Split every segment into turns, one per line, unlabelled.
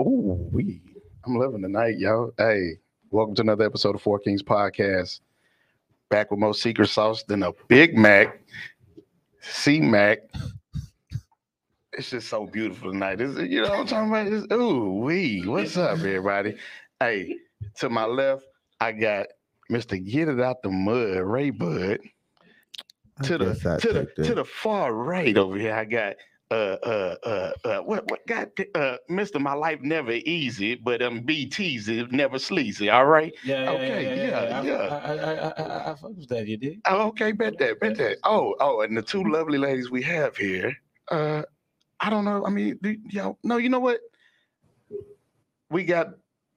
Ooh, we. I'm loving the night, y'all. Hey, welcome to another episode of Four Kings Podcast. Back with more secret sauce than a Big Mac. C Mac. It's just so beautiful tonight. Is you know what I'm talking about? It's, ooh, we. What's up, everybody? Hey, to my left, I got Mr. Get It Out the Mud, Ray Bud.
I
To the
guess I
to
took
the
that.
to the far right over here, I got uh uh uh uh what what got uh Mr. My Life Never Easy, but um BT's it never sleazy. All right.
Yeah, yeah,
Okay,
yeah,
yeah,
yeah, yeah.
yeah.
I, I, I, I, I, I fuck with that. You did.
Oh, okay, bet that, bet that. Oh, oh, and the two lovely ladies we have here. Uh I don't know. I mean, do y'all no, you know what? We got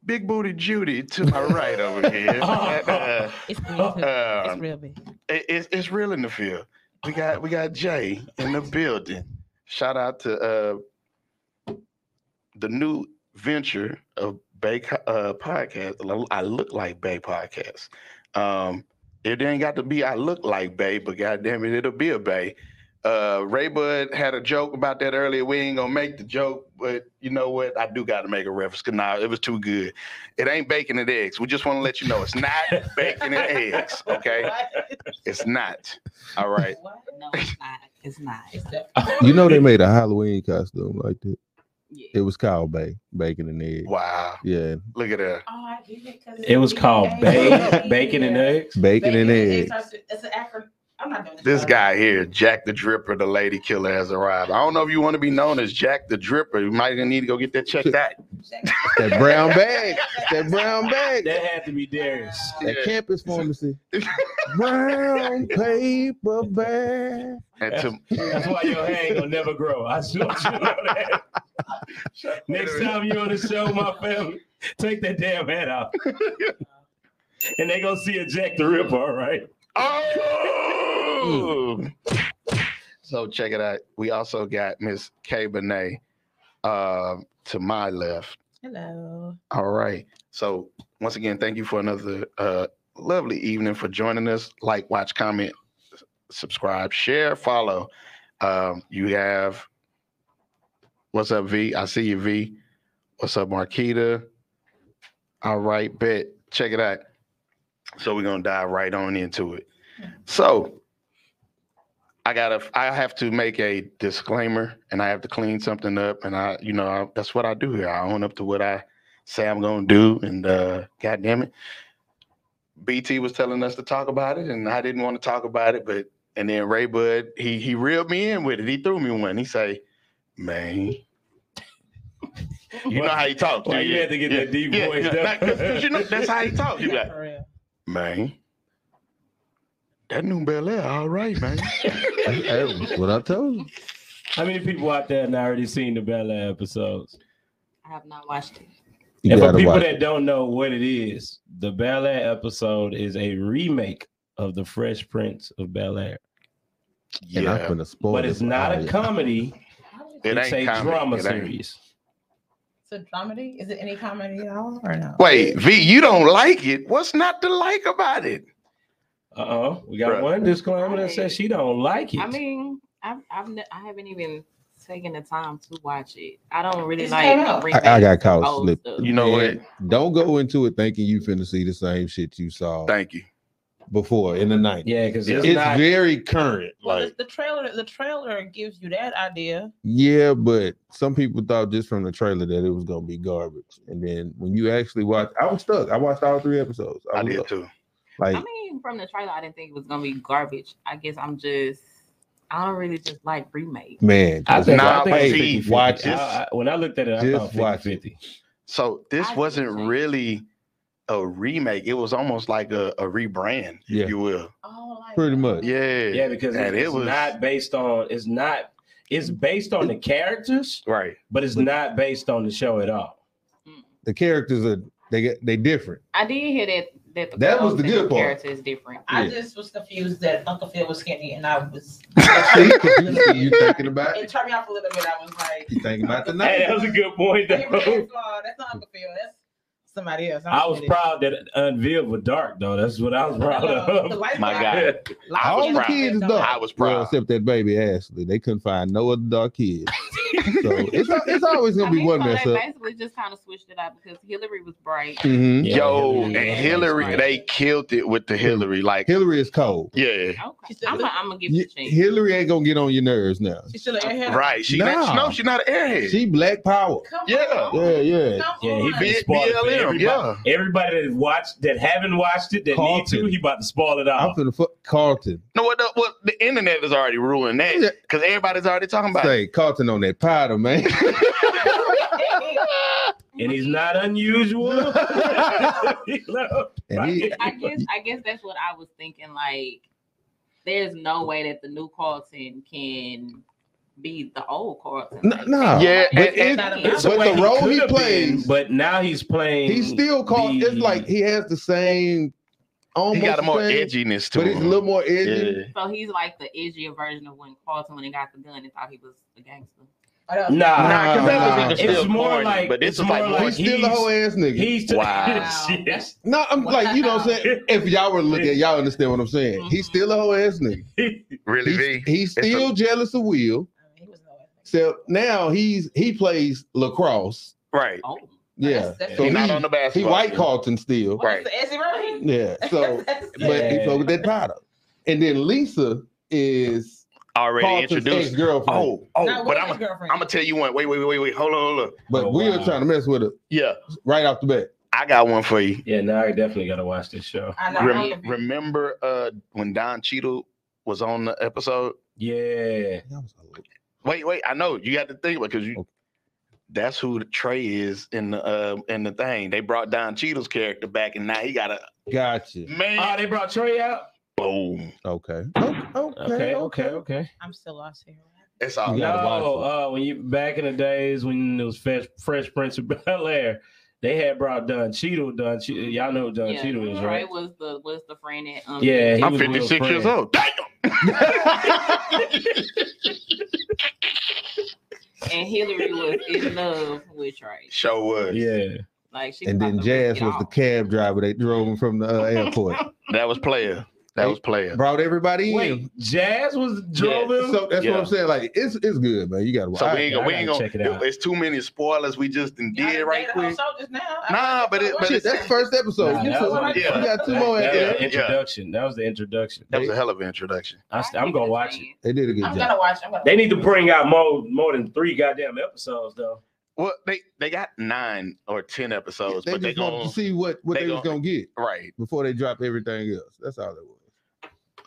Big Booty Judy to my right over here.
Oh.
Uh,
It's real. hood.
uh,
um,
it's real big.
it, it's it's real in the field. We got we got Jay in the building. Shout out to uh the new venture of Bay Co- uh podcast. Lo- I look like Bay podcast. Um it ain't got to be I look like Bay, but goddamn it, it'll be a Bay. Uh Ray Bud had a joke about that earlier. We ain't gonna make the joke, but you know what? I do gotta make a reference because nah, it was too good. It ain't bacon and eggs. We just wanna let you know it's not bacon and eggs, okay? It's not. All right.
No, it's not. It's not.
You know they made a Halloween costume like that. It
Yeah.
was called Bay Bacon and Egg.
Wow.
Yeah,
Look at her.
Oh, I get it. 'cause it's
It was called
bacon,
ba- bacon and
eggs.
eggs.
bacon, and egg.
It's an acronym. I'm not doing this.
This guy here, Jack the Dripper, the lady killer, has arrived. I don't know if you want to be known as Jack the Dripper. You might need to go get that checked out.
That brown bag. That brown bag.
That had to be Darius.
That
Yeah.
campus pharmacy. brown paper bag.
And to,
That's why your hair ain't gonna never grow. I just want you to know that. Next time you on the show, my family, take that damn hat off. And they gonna see a Jack the Ripper, all right?
oh! so check it out. We also got Miss Kay Bonet uh, to my left.
Hello.
All right. So once again, thank you for another uh, lovely evening for joining us. Like, watch, comment, s- subscribe, share, follow. Um, you have what's up, V? I see you, V. What's up, Marquita? All right, bet. Check it out. So we're gonna dive right on into it. So I gotta, I have to make a disclaimer, and I have to clean something up, and I, you know, I, that's what I do here. I own up to what I say I'm gonna do, and uh, God damn it, BT was telling us to talk about it, and I didn't want to talk about it, but and then Ray Bud, he he reeled me in with it. He threw me one. He say, "Man, you know how he talks.
Why you had to get that deep voice down?
Because you know that's how he talks. You be like,
For real.
man." That new Bel Air, all right, man.
That's what I told you.
How many people out there have already seen the Bella episodes?
I have not watched it.
You
and for
gotta
people
watch. it.
that don't know what it is, the Bel Air episode is a remake of the Fresh Prince of Bel Air,
And I'm
yeah,
gonna spoil
but
it
it's
for
not
all
a
y'all.
comedy.
it
it's a
ain't comedy.
drama
It ain't.
series.
It's a dramedy. Is it any comedy at all or no?
Wait, V, you don't like it. What's not to like about it?
Uh oh, we got
Bruh.
one disclaimer that says she don't like it.
I mean, I've, I've ne- I haven't even taken the time to watch it. I don't really
It's came
like. oh,
out.
remake
I, I got caught
old
slip.
stuff.
You know
Yeah. Don't go into it thinking you finna see the same shit you saw
what? Thank you.
before in the night.
yeah, because it's,
It's
not.
very current.
Well,
Like
the, the trailer, the trailer gives you that idea.
Yeah, but some people thought just from the trailer that it was gonna be garbage, and then when you actually watch, I was stuck. I watched all three episodes.
I
was
did
up.
too.
Like
I mean, from the trailer, I didn't think it was gonna be garbage. I guess I'm just. I don't really just like remake.
man,
I think,
Nah,
I think
hey,
it's 50-50.
watch
I- I- when I looked at it, I
Just
thought
watch
50
it.
50.
So this
I see what
wasn't
you're saying.
really a remake. It was almost like a, a rebrand,
Yeah.
if you will.
Oh, like
Pretty much.
Yeah.
Yeah, because
And
it's,
it
it's
was-
not based on. It's not. It's based on the characters,
Right.
but it's not based on the show at all.
the characters are they get they different.
I did hear that that the
That was
girls
the
and
good part.
character is different.
I
Yeah.
just was confused that Uncle Phil was skinny, and I was.
See, 'cause you, see, you thinking about
It
it,
turned me off a little bit. I was like,
you thinking about the
Hey, that
night.
was a good point.
"That's not
Though.
Uncle Phil. That's somebody else."
I was proud that it unveiled with dark though. That's what I was proud of.
My God.
All the
proud.
kids is
though.
dark.
I was
Well,
proud.
except that baby Ashley, they couldn't find no other dark kids. So it's, it's always
I
gonna be
mean,
one
so
mess
they
up.
basically just kind of switched it up because Hillary was bright.
Mhm.
Yeah,
Yo,
Hillary
and
was
Hillary,
right.
they killed it with the Hillary. Like,
Hillary is cold.
yeah,
Okay,
She said,
I'm
"Look,
gonna give
Y-
it a chance.
Hillary ain't gonna get on your nerves now.
She should have had
right. She
Nah.
not, no, she's not an airhead.
She black power.
Come
Yeah.
on.
Yeah, yeah.
Come
Yeah, he
on.
been
B-
spoiled for
BLM,
everybody.
yeah.
Everybody that watched, that haven't watched it, that need
Carlton.
to, he about to spoil it
Oh.
I'm
all.
finna fuck Carlton.
no, what the, what the internet is already ruling
Yeah.
that because everybody's already talking about it.
Say Carlton on that powder, man.
and he's not unusual. You know?
And he-
I guess I guess that's what I was thinking. Like, there's no way that the new Carlton can be the old Carlton.
N-
Like,
no.
Yeah,
that's
and-
not
and-
gonna
it's
happen.
But the role he
coulda been,
plays-
but now he's playing.
He's still called. It's
the-
like he has the same. Almost
he got a
the
more
same,
edginess to
but
him.
he's a little more edgy.
yeah.
So he's like the edgier version of when Carlton, when he got the gun, and thought he was a gangster.
Nah.
Nah,
Nah,
because that
Nah,
other nigga
it's
still
more
corny,
like-
but this
it's
is like
more
more
He's still a
he's-
whole ass nigga.
he's t-
Wow.
Shit.
no, I'm like you know what I'm saying. If y'all were looking, y'all understand what I'm saying.
Mhm.
He's
Mm-hmm.
still a whole ass nigga.
really
He's,
V.
he's
It's
still jealous of Will.
I mean, he was no
So now he's he plays lacrosse.
right.
Oh,
Yeah,
That's-
so
He's
he,
not on the
he
basketball.
white
team.
Carlton still.
Right.
Is it right?
Yeah, so
That's-
but he
Yeah.
fuck with that powder, and then Lisa is
already
Carlton's ex
introduced.
girlfriend.
Oh, oh,
Not
but
with
I'm
his
I'm
girlfriend.
gonna tell you one. Wait, wait, wait, wait, wait. Hold on, hold on.
but
Oh,
Will
wow.
trying to mess with her
Yeah,
right off the bat.
I got one for you.
yeah, now I definitely gotta watch this show.
I know.
Rem- remember uh when Don Cheadle was on the episode?
Yeah,
Wait, wait. I know you got to think because you. That's who Trey is in the uh, in the thing. They brought Don Cheadle's character back, and now he got a
Gotcha.
oh,
man.
they brought Trey out.
Boom.
Okay. Okay. Okay.
Okay, okay, okay.
I'm still lost here.
It's all.
You
good.
No,
gotta watch
uh, when you back in the days when it was Fresh, Fresh Prince of Bel Air, they had brought Don Cheadle. Don Cheadle, y'all know who Don
yeah.
Cheadle is,
Trey
right?
was the was the friend that um
Yeah, he
I'm
was Will's
56 years
friend.
old. Damn.
and Hillary was in love with Trey.
Show was.
Yeah,
Like she
And then
was about to rip
Jazz
it
was the
off.
cab driver that drove him from the uh, airport.
That was player. That was player.
Brought everybody in.
wait, Jazz was drove him.
So that's what
Yeah.
I'm saying. Like it's it's good, man. You gotta watch.
So we ain't
I
gonna, we ain't
gotta
gonna
check it out.
It's too many spoilers. We just done
Y'all
did
done
right
dated
quick.
also just now? I-
Nah, but it, but
Shit,
it's,
that's first episode.
Nah,
you,
that
took-
was-
you got two more
that
after
was
that.
the introduction. That was the introduction.
that was a hell of an introduction.
I,
I
am
give
gonna
a
watch it.
chance.
They did a good
I'm
job.
gonna watch. I'm gonna
They need to bring out more more than three goddamn episodes though.
Well, they they got nine or ten episodes,
They
but they
just wanted
going
to see what what
they
they was
gonna-
gonna get
right.
before they drop everything else. That's all it was.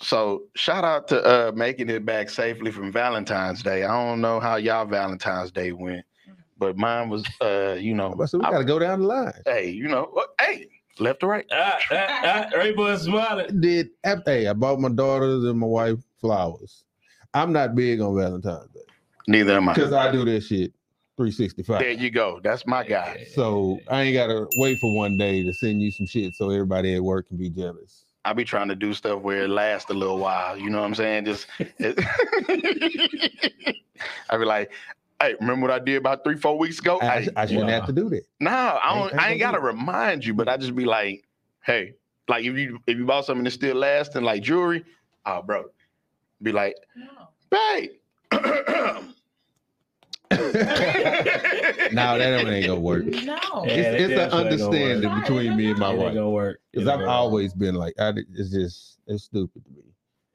So shout out to uh making it back safely from Valentine's Day. I don't know how y'all Valentine's Day went, but mine was uh you know
But so we
I-
gotta go down the line.
hey you know well, hey left to right.
Ah, ah, ah, Ray Bud smiling.
Did after, hey, I bought my daughters and my wife flowers. I'm not big on Valentine's Day
Neither am I.
because I do that shit 365.
There you go. That's my guy.
So I ain't gotta wait for one day to send you some shit so everybody at work can be jealous.
I be trying to do stuff where it lasts a little while. You know what I'm saying? Just I be like, hey, remember what I did about three, four weeks
Oh,
ago?
I,
Hey,
I shouldn't
yeah.
have to do that.
No, I
I ain't
don't. I ain't
gonna
gotta
do
remind you, but I just be like, hey, like if you if you bought something that's still lasting, like jewelry, oh, bro, be like, babe.
No, that ain't gonna work. It's,
No. No.
Yeah, that
it's an
definitely ain't gonna
understanding
work.
between me and my
It
It ain't
wife
gonna work.
because
It
I've
ain't
always been like, I, di- it's just it's stupid to me.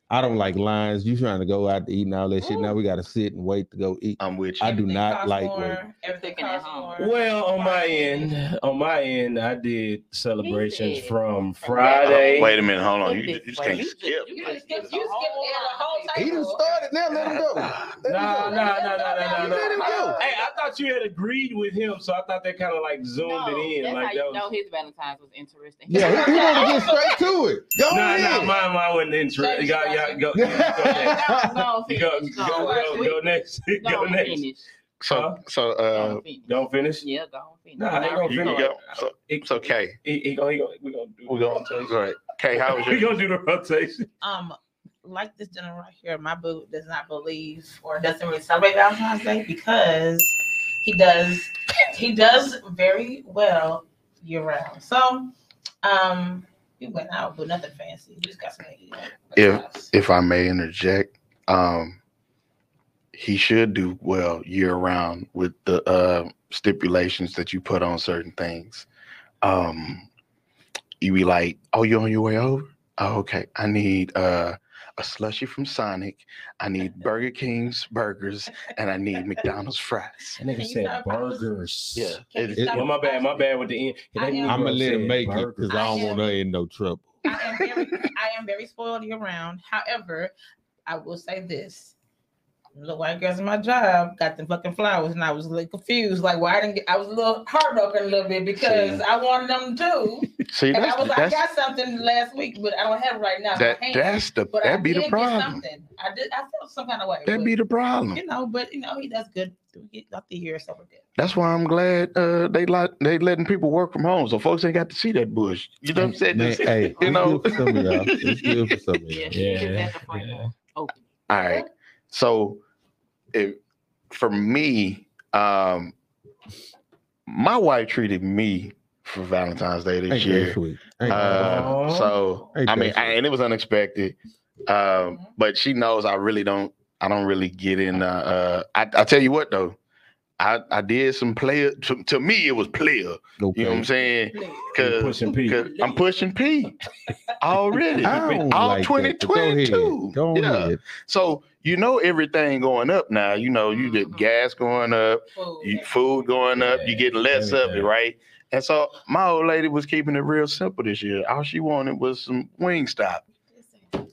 I don't like lines. You trying to go out to eat and all that shit. Now we gotta sit and wait to go eat.
I'm with you.
I do
Everything
not
costs
like
more,
waiting.
Everything
Cooking at
costs
home.
more.
Well, on my end, on my end, I did celebrations
He did.
from
Oh,
Friday.
wait a minute, hold on. You,
Look
you
this
just
way.
can't
You
skip.
You
like,
just skipped.
it's a
You skipped
whole
the
lot
whole
of
table.
He done started. Now let him go. Let
Nah, nah,
him go.
nah, nah, nah, nah,
Let him
nah.
go.
Hey, I thought you had agreed with him, so I thought they kind of like zoomed
No,
it in.
that's
Like
how you
that
know
was.
his Valentine's was interesting.
Yeah, he, he want to get straight to it. Go
Nah, nah,
ahead.
mine, mine wasn't interested.
Thanks,
Y'all, y'all,
Roger.
go, you go next.
Go
You go, go, go, go next.
finish.
Go
Go
next.
finish.
So, so uh,
Go finish.
Go finish.
Yeah, go finish.
Nah, I ain't gonna
you can
finish.
go. So,
It's
so Kay,
He, he gonna, he gonna, we gonna do
we
the
go.
rotation.
All right, Kay, how was
we
your?
gonna do the rotation.
um like this gentleman right here, my boo does not believe or doesn't really celebrate Valentine's Day because he does he does very well year round. So um we went out, but nothing fancy. We just got some.
If- If I may interject, um, he should do well year round with the uh, stipulations that you put on certain things. Um, you be like, "Oh, you on your way over? Oh, okay, I need uh, a slushie from Sonic. I need Burger King's burgers, and I need McDonald's fries."
That nigga
Can you
said
stop-
burgers.
Yeah,
Can you
it-
stop
Well, my bad, my bad with the end.
I am-
I'm gonna let him make it because I
I
don't want her in no trouble.
I am very, I am very spoiled year round. However, I will say this. Little white girls in my job got them fucking flowers, and I was a little confused. Like, why I didn't get, I was a little heartbroken a little bit because I wanted them too.
See,
And
that's
I was like, I
that's
got something last week, but I don't have it right now.
that
so I can't.
that's the
but I
that be
did
the
get
problem.
something. I did. I felt some kind of way.
That
but,
be the problem.
you know, but you know, he does good. We get out the year, so we're good.
That's why I'm glad uh, they like they letting people work from home, so folks ain't got to see that bush. You know what I'm saying?
Man, hey,
you
you
know.
know, for some of y'all. It's good for some of y'all.
Yeah, she is
Yeah,
at the front
yeah.
door. Open.
All right. So, if, for me, um, my wife treated me for Valentine's Day this
Ain't
year.
that sweet? Ain't that sweet?
Uh, so
Ain't
I
that
mean, I,
sweet.
and it was unexpected. Um,
Mhm.
but she knows I really don't. I don't really get in. Uh, uh, I, I tell you what though, I, I did some player. To, to me, it was player.
Okay.
You know what I'm saying?
Please.
Cause
pushing P.
Cause I'm pushing P already.
I don't
All
like that, but go ahead.
2022.
Go
Yeah.
ahead.
so you know everything going up now. You know you get
Mhm.
gas going up,
Food,
you, food going up. You get less of it,
everything.
right? And so my old lady was keeping it real simple this year. All she wanted was some wing stop.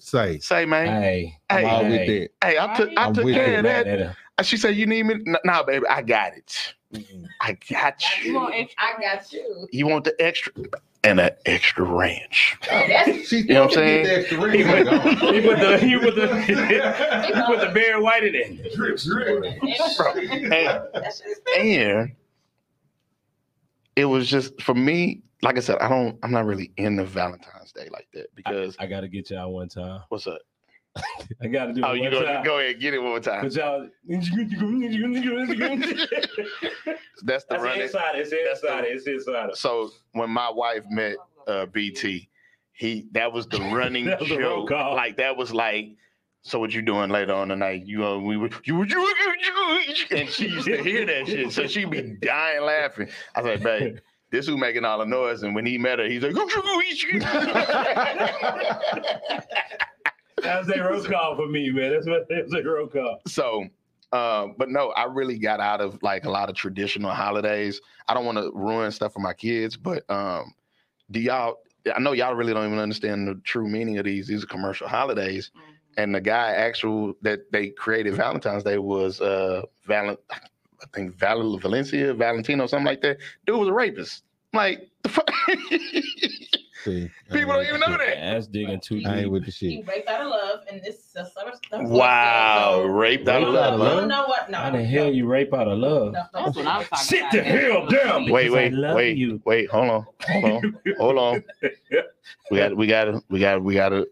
Say,
Say, man,
Hey,
I'm
hey,
all
hey,
with that.
I took I
I'm
took
with
care
you.
of that. She said, "You need me? N- Nah, baby, I got it. I got
You
you.
want extra?
I got you.
You want the extra and an extra ranch?
Oh,
That's
She, you
know what I'm saying?
He went, he put the he put the he put the Barry White in it.
And-
that's just
and it was just for me like i said i don't i'm not really into valentine's day like that because
I gotta get y'all one time.
what's up
I gotta do it
oh
one
you gonna
time.
go ahead and get it one more time
But y'all, that's the
that's the running
inside. It's inside. It's inside.
so when my wife met uh bt he that was the running
That was the roll
joke
call.
like that was like so what you doing later on tonight? You uh, we were you, you, you, you and she used to hear that shit, so she'd be dying laughing. I was like, babe, this who making all the noise. And when he met her, he's like,
That was a roll call for me, man. That's what that's a roll call.
so uh, but no, I really got out of like a lot of traditional holidays. I don't want to ruin stuff for my kids, but um, do y'all? I know y'all really don't even understand the true meaning of these. These are commercial holidays,
Mhm.
and the guy actual that they created Valentine's Day was uh, Valent, I think Val- Valencia, Valentino, something like that. Dude was a rapist. I'm Like the fuck?
See, I ain't
people don't
with
even
the
know
shit.
that.
That's digging too
I ain't
deep.
with the
he
shit.
raped out of love, and this is a summer. summer
Wow,
so-
raped out of
Raped out
love.
of
huh?
No, no, what? No.
How the hell you rape out of
No,
love?
no, no.
That's what I'm talking
Sit
about.
the
That's
hell
what I'm
down.
saying.
Wait,
Because I
wait,
love
wait,
you.
wait. Hold on, hold on. Hold on. We got we got we got we got to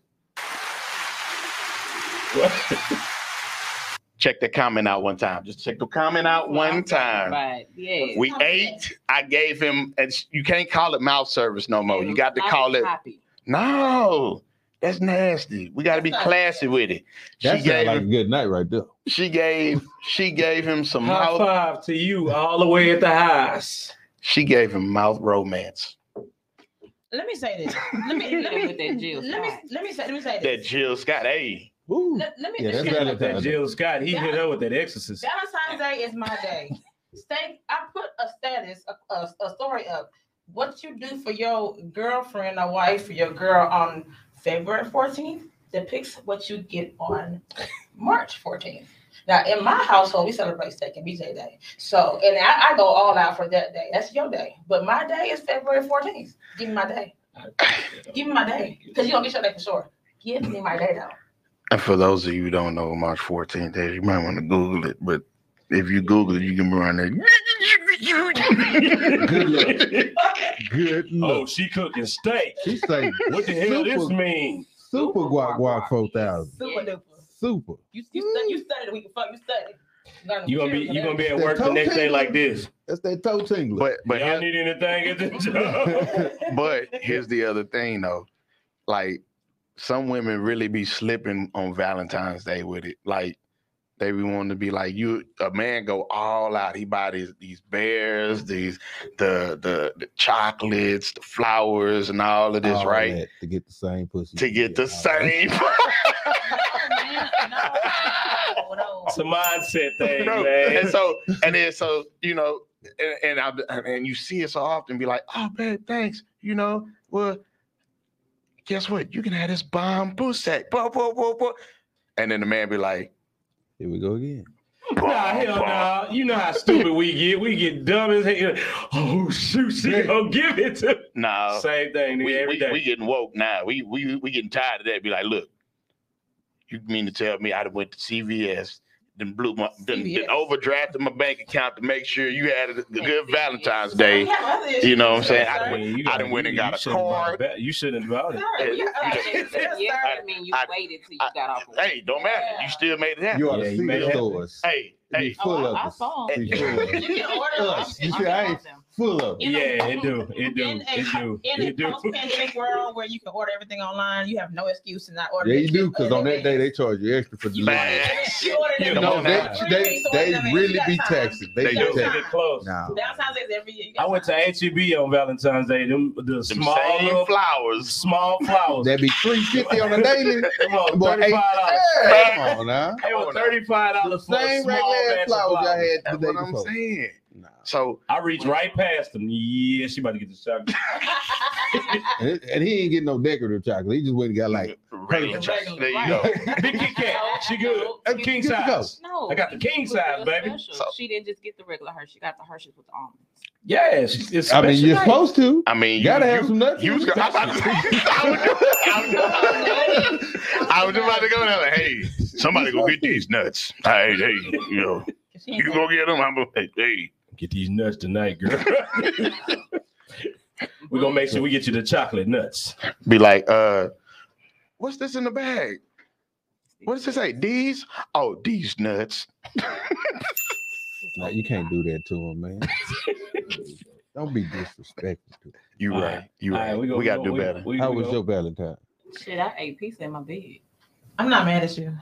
check the comment out one time. Just check the comment out
That's what I'm
one
talking
time.
about. Yeah.
We ate. I gave him and sh- you can't call it mouth service no more. You got to
Not
call it
copy.
No. That's nasty. We got to be classy with it. She
That sounds
gave
like a
him,
good night right there.
she gave she gave him some
High
mouth
five to you all the way at the highs.
she gave him mouth romance.
Let me say this. Let me let
With that
me
Jill
let me
Scott.
let me say let me say
That
this.
Jill Scott, hey.
Ooh.
Let, let me
Yeah,
let
that's
me
valid.
say
That,
this.
Jill Scott, he hit her with that exorcist.
Valentine's Day is my day. Stay. I put a status, a, a, a story up. What you do for your girlfriend or wife or your girl on February 14th depicts what you get on March 14th. Now, in my household, we celebrate Steak and BJ Day. So, and I, I go all out for that day. That's your day. But my day is February 14th. Give me my day. Give me my day. Because you don't get your day for sure. Give me my day, though.
And for those of you who don't know what March 14th is, you might want to Google it, but if you Google it, you can run it.
Good luck. Good
Oh,
luck.
she cooking steak.
She say,
What the hell this
Super-
mean?
Super guac guac 4000.
Super
Yeah.
duper.
Super.
You, you, stu- you studied the week before. You studied. Learned
You gonna be
material
you gonna
today.
be at work the next day like this.
That's that toe tingler.
but but
Y'all
here,
need anything at the job?
but here's the other thing though, like some women really be slipping on Valentine's Day with it. Like They be wanting to be like you. A man go all out. He buy these these bears, these the the, the chocolates, the flowers, and all of this,
All
right?
that To get the same pussy.
To get the
all that.
same.
man, no, no,
It's a mindset thing,
No,
man.
And so and then so you know, and and, I, and you see it so often, be like, oh man, thanks. You know, well, guess what? You can have this bomb boost sack. Blah, blah, blah, blah. And then the man be like,
Here we go again.
bah,
Nah, hell no.
bah.
You know how stupid we get. We get dumb as hell. Oh shoot, she gonna give it to. me.
Nah.
Same thing nigga,
Uh, we,
every
we,
day.
we getting woke now. We we we getting tired of that. Be like, look, you mean to tell me I done went to CVS, then blew my, then, then
CVS.
overdrafted my bank account to make sure you had a, a good
CVS.
Valentine's
no.
Day.
We have other
You know what I'm
issues,
saying?
sir.
I-
Man, you
I done
gotta-
went and
you-
got
you
a
shouldn't bought
card.
ba- You shouldn't bought it.
Sir, we have other issues, sir.
Yeah, I mean you
I-
waited till you
I-
got off. of
Hey, don't matter. You still made it happen.
You ought to
Yeah, you
see
made
the
it happen.
stores.
Hey, hey,
Oh,
full of
I, I
us.
saw him.
Be full of
You
us.
can order
Us. You
I'm-
see, I
I'm-
ain't full of it.
You know,
Yeah, it do. It do.
in a,
It do.
in a
It do.
post-pandemic world where you can order everything online, you have no excuse to not order.
Yeah,
it.
you do, because on that day
order
they charge you extra for
it.
delivery.
you order
You
it.
know,
No,
Come on
they,
now.
they, they really be taxing. They,
They
be
do.
They
taxing.
get close.
Nah.
Valentine's Day is every year. You got
I went to HEB on Valentine's Day. Them the
them
small
same
little,
flowers.
small flowers.
That'd be 350 on a daily.
Come on,
Boy,
thirty
eight-
five dollars.
Hey, come on now.
They were thirty five dollars for a
Same
small
regular
batch
ass
of
flowers y'all
flowers.
had the
That's
day
what I'm
before.
saying.
Nah.
So
I reached right past them. Yeah, she about to get the shotgun.
And, it- and he ain't getting no decorative chocolate. He just went and got like
regular,
Regular,
there you
right.
go.
Big Kit Kat. She good. I'm
Good
king
to go.
size.
No,
I got the king
it was
size,
real
baby.
special.
So-
she didn't just get the regular Hershey. She got the Hershey's with the almonds.
Yeah, she- it's
I mean,
special
you're
night.
supposed to.
I mean,
You gotta have
you,
some nuts.
you,
in
you,
it.
I, I, I was just about to go there. Like, hey, somebody go get these nuts. Hey, hey, you know, you go get them. I'm gonna, hey, hey.
Get these nuts tonight, girl. We're gonna make sure we get you the chocolate nuts.
be like, uh, what's this in the bag? What does it say? These? Oh, these nuts.
Nah, you can't do that to him, man. Don't be disrespectful. to him.
You
All
right.
right.
You
All
right.
right,
we,
gonna-
gotta do
we-
better.
we-
How
we
was
gonna-
your Valentine?
Shit, I ate pizza in my bed.
I'm not mad at you.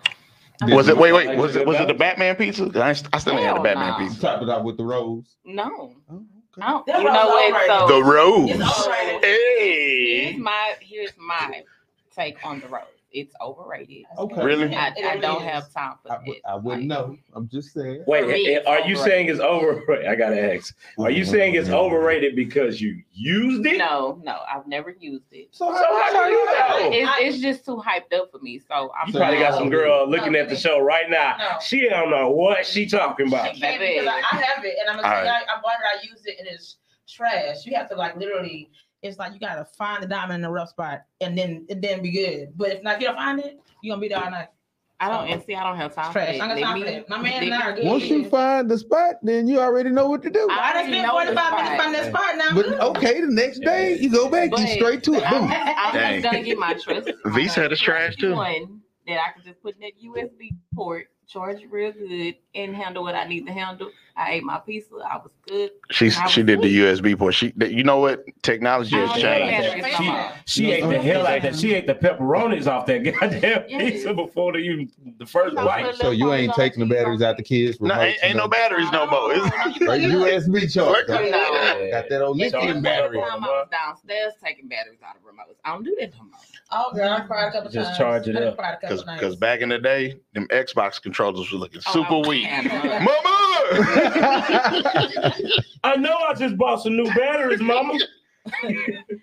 was it? Wait, wait.
Like
Was
the
it? Was it the
Batman?
Batman pizza? I, ain't- I still ain't had a
Hell
Batman
nah.
You
pizza.
topped it off with the rose.
No,
Oh, okay.
I don't.
That
you
was
know what?
alright.
So
The
It's
rose.
overrated.
here's
Hey.
my here's my take on the road. It's overrated.
Okay.
Really?
I,
It
I
really
don't
is.
have time for
I,
it.
would- I wouldn't know. I'm just saying.
Wait,
For me,
eh, eh, are you
it's
saying it's overrated? I gotta ask. Are
Mm-hmm.
you saying it's overrated because you used it?
No, no, I've never used it.
So how,
So how
how
do you know?
you know?
It's, it's just too hyped up for me. So I'm
You probably got some girl looking at the show right now.
No.
She don't know what she talking about.
She can't because I, I have it, and I'm gonna
All
tell you, I, I bought it, I used it, and it's trash. You have to like literally, it's like you gotta find the diamond in the rough spot, and then and then be good. But if not, you don't find it, you gonna be there all night.
I don't and see I don't have time
It's
for
trash.
it.
I got
Let
time for
me-
that. My man and I are good.
Once you find the spot, then you already know what to do.
I-
I done
already
spent
know the
45 minutes
spot.
finding that spot now. I'm
But oh,
good.
okay, the next day you go back, you
But-
straight to it. Boom.
I'm, I'm
Dang.
just gonna get my trust.
Visa had his trash, too.
One that I can just put in that USB port, charge it real good, and handle what I need to handle. I ate my pizza. I was good.
She
I was
she did the
asleep.
USB port. She you know what? Technology
I
has
don't
changed.
know.
She, she
No,
ate the
no.
hell out that. She ate the pepperonis off that goddamn
Yeah.
pizza before the, even, the first
No,
bite.
So you ain't taking the batteries out the kids.
No,
remotes,
ain't, ain't no batteries no more. It's-
Right, USB charger.
Look
Got,
at
No.
got that old
It's
lithium
just
battery.
one time I was downstairs taking batteries out of remotes. I don't do that no more.
Oh, girl, I cried a couple
Just
times.
charge it
I done
up.
cried a couple
Cause,
nights.
cause back in the day, them Xbox controllers were looking
Oh,
super
I-
weak.
man,
Mama,
I know I just bought some new batteries, mama.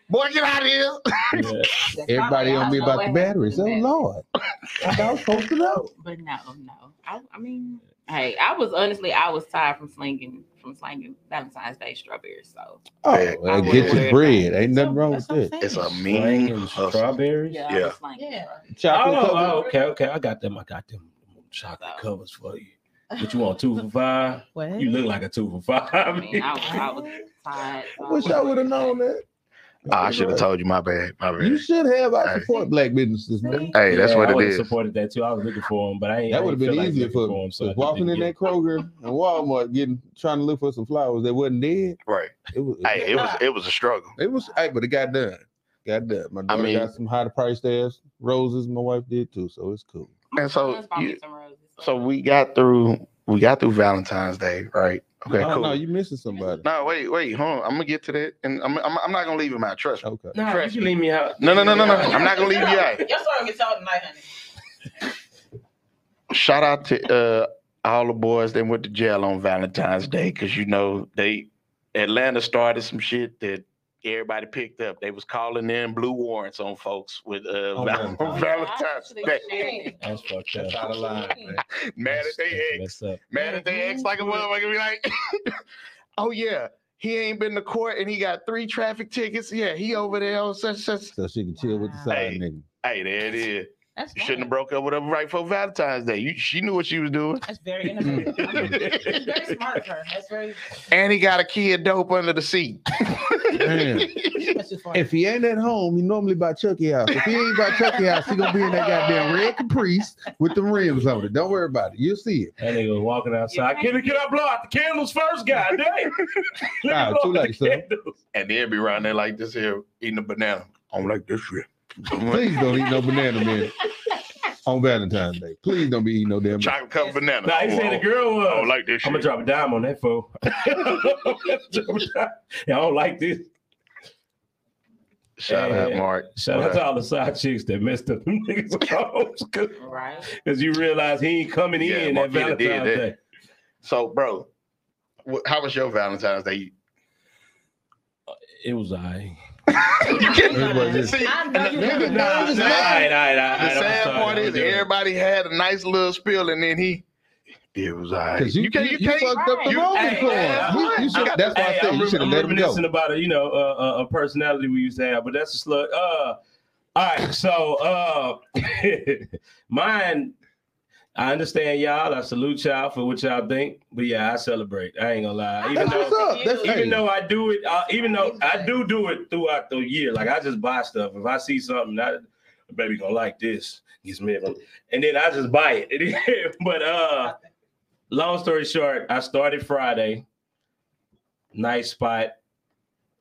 boy, get out of here.
Yeah.
that's
Everybody
not-
on me about
I don't know what
the
happened
batteries.
to
Oh
that.
Lord, I was supposed to know.
But no, no. I, I mean, hey, I was honestly, I was tired from slinging, from slanging Valentine's Day strawberries. So
Oh,
Yeah.
well, get your bread. Ain't nothing wrong with that.
It's a mean
Slinging
hustle.
strawberries.
yeah, I
Yeah.
was slanging.
Yeah.
Chocolate
Oh,
covered-
oh, okay, okay. I got them. I got them
Oh.
chocolate covers for you. What you want? Two for five?
What?
You look like a two for five.
I mean, I was, I was tired. so
I wish I would have known that.
Ah, I should have told you. My bad. My bad.
You should have. I
Hey.
support black businesses, man.
Hey, that's
Yeah, I
what it
would've
is.
Supported that too. I was looking for him, but I ain't, I
That would have
ain't
been
feel like
easier
looking
for
him,
me.
so I just
walking
didn't
in
get
that
it.
Kroger and Walmart, getting trying to look for some flowers that wasn't dead.
Right.
It was.
Hey, it was it was a struggle.
It was, hey, but it got done. Got done. My daughter
mean-
got some high priced ass roses. My wife did too, so it's cool.
My
And so
friends bought me
Oh, you-
some roses.
so we got through we got through Valentine's Day, right? Okay,
oh,
cool.
no,
No,
you missing somebody.
wait, wait, hold on. I'm gonna get to that, and I'm I'm, I'm not gonna leave him out. Trust me.
Okay.
Nah, you
Trust
can leave me out.
No, no, no, no, no. I'm not gonna leave you out.
Your story gets told tonight, honey.
Shout out to uh, all the boys that went to jail on Valentine's Day, because you know they Atlanta started some shit that everybody picked up. They was calling in blue warrants on folks with uh,
Oh,
Val-
man.
Valentine's Day.
That's fucked up.
out of line,
Mad at they ex.
That's up.
mad at their ex like a motherfucker. Be like, oh yeah, he ain't been to court and he got three traffic tickets. Yeah, he over there on such such.
So she can chill with the side
Hey.
nigga.
Hey, there it is.
That's
You shouldn't have broke up with him right before Valentine's Day. You, she knew what she was doing.
That's very innovative. That's very smart of her. That's very.
And he got a kid dope under the seat.
Damn.
That's just smart.
If he ain't at home, he normally by Chucky House. If he ain't by Chucky House, he gonna be in that goddamn red Caprice with them rims on it. Don't worry about it. You'll see it.
That nigga was walking outside. Can, can I blow out the candles first? God damn. Let me
Nah,
blow
too
out
late,
the
son.
candles.
and they'd be around there like this here eating a banana. I'm like this shit.
Please don't eat no banana man on Valentine's Day. Please don't be eating no damn.
Chocolate covered banana.
Nah, he said the girl
I don't
was.
Oh, like this shit.
I'm gonna drop a dime on that fool. yeah, I don't like this.
Shout out, Mark.
Shout out to all the side chicks that messed up them niggas' homes because
Right.
you realize he ain't coming
Yeah,
in at
Marquita
Valentine's
did that.
Day.
So, bro, wh- how was your Valentine's Day?
It was I.
you can't
Everybody just-
see.
I'm
and
not-
the- the-
you're not-
the-
Nah,
the-
nah.
The sad part is everybody had a nice little spill, and then he it was all right.
Cause you,
You,
you,
can't, you,
you
can't.
fucked up the
you-
wrong
hey,
influence.
hey,
You-
I-
you should-
I-
That's why I
Hey,
said
I'm,
you
re-
should have
I'm
let him go.
reminiscing about a, you know, uh, a personality we used to have, but that's a slug. Uh, all right, so uh, mine. I understand y'all. I salute y'all for what y'all think, but yeah, I celebrate. I ain't gonna lie. Even
That's
though,
what's up. That's
Even
hey.
even though I do it, uh, even though I do do it throughout the year, like I just buy stuff. If I see something, I baby gonna like this, gets me, and then I just buy it. but uh, long story short, I started Friday. Nice spot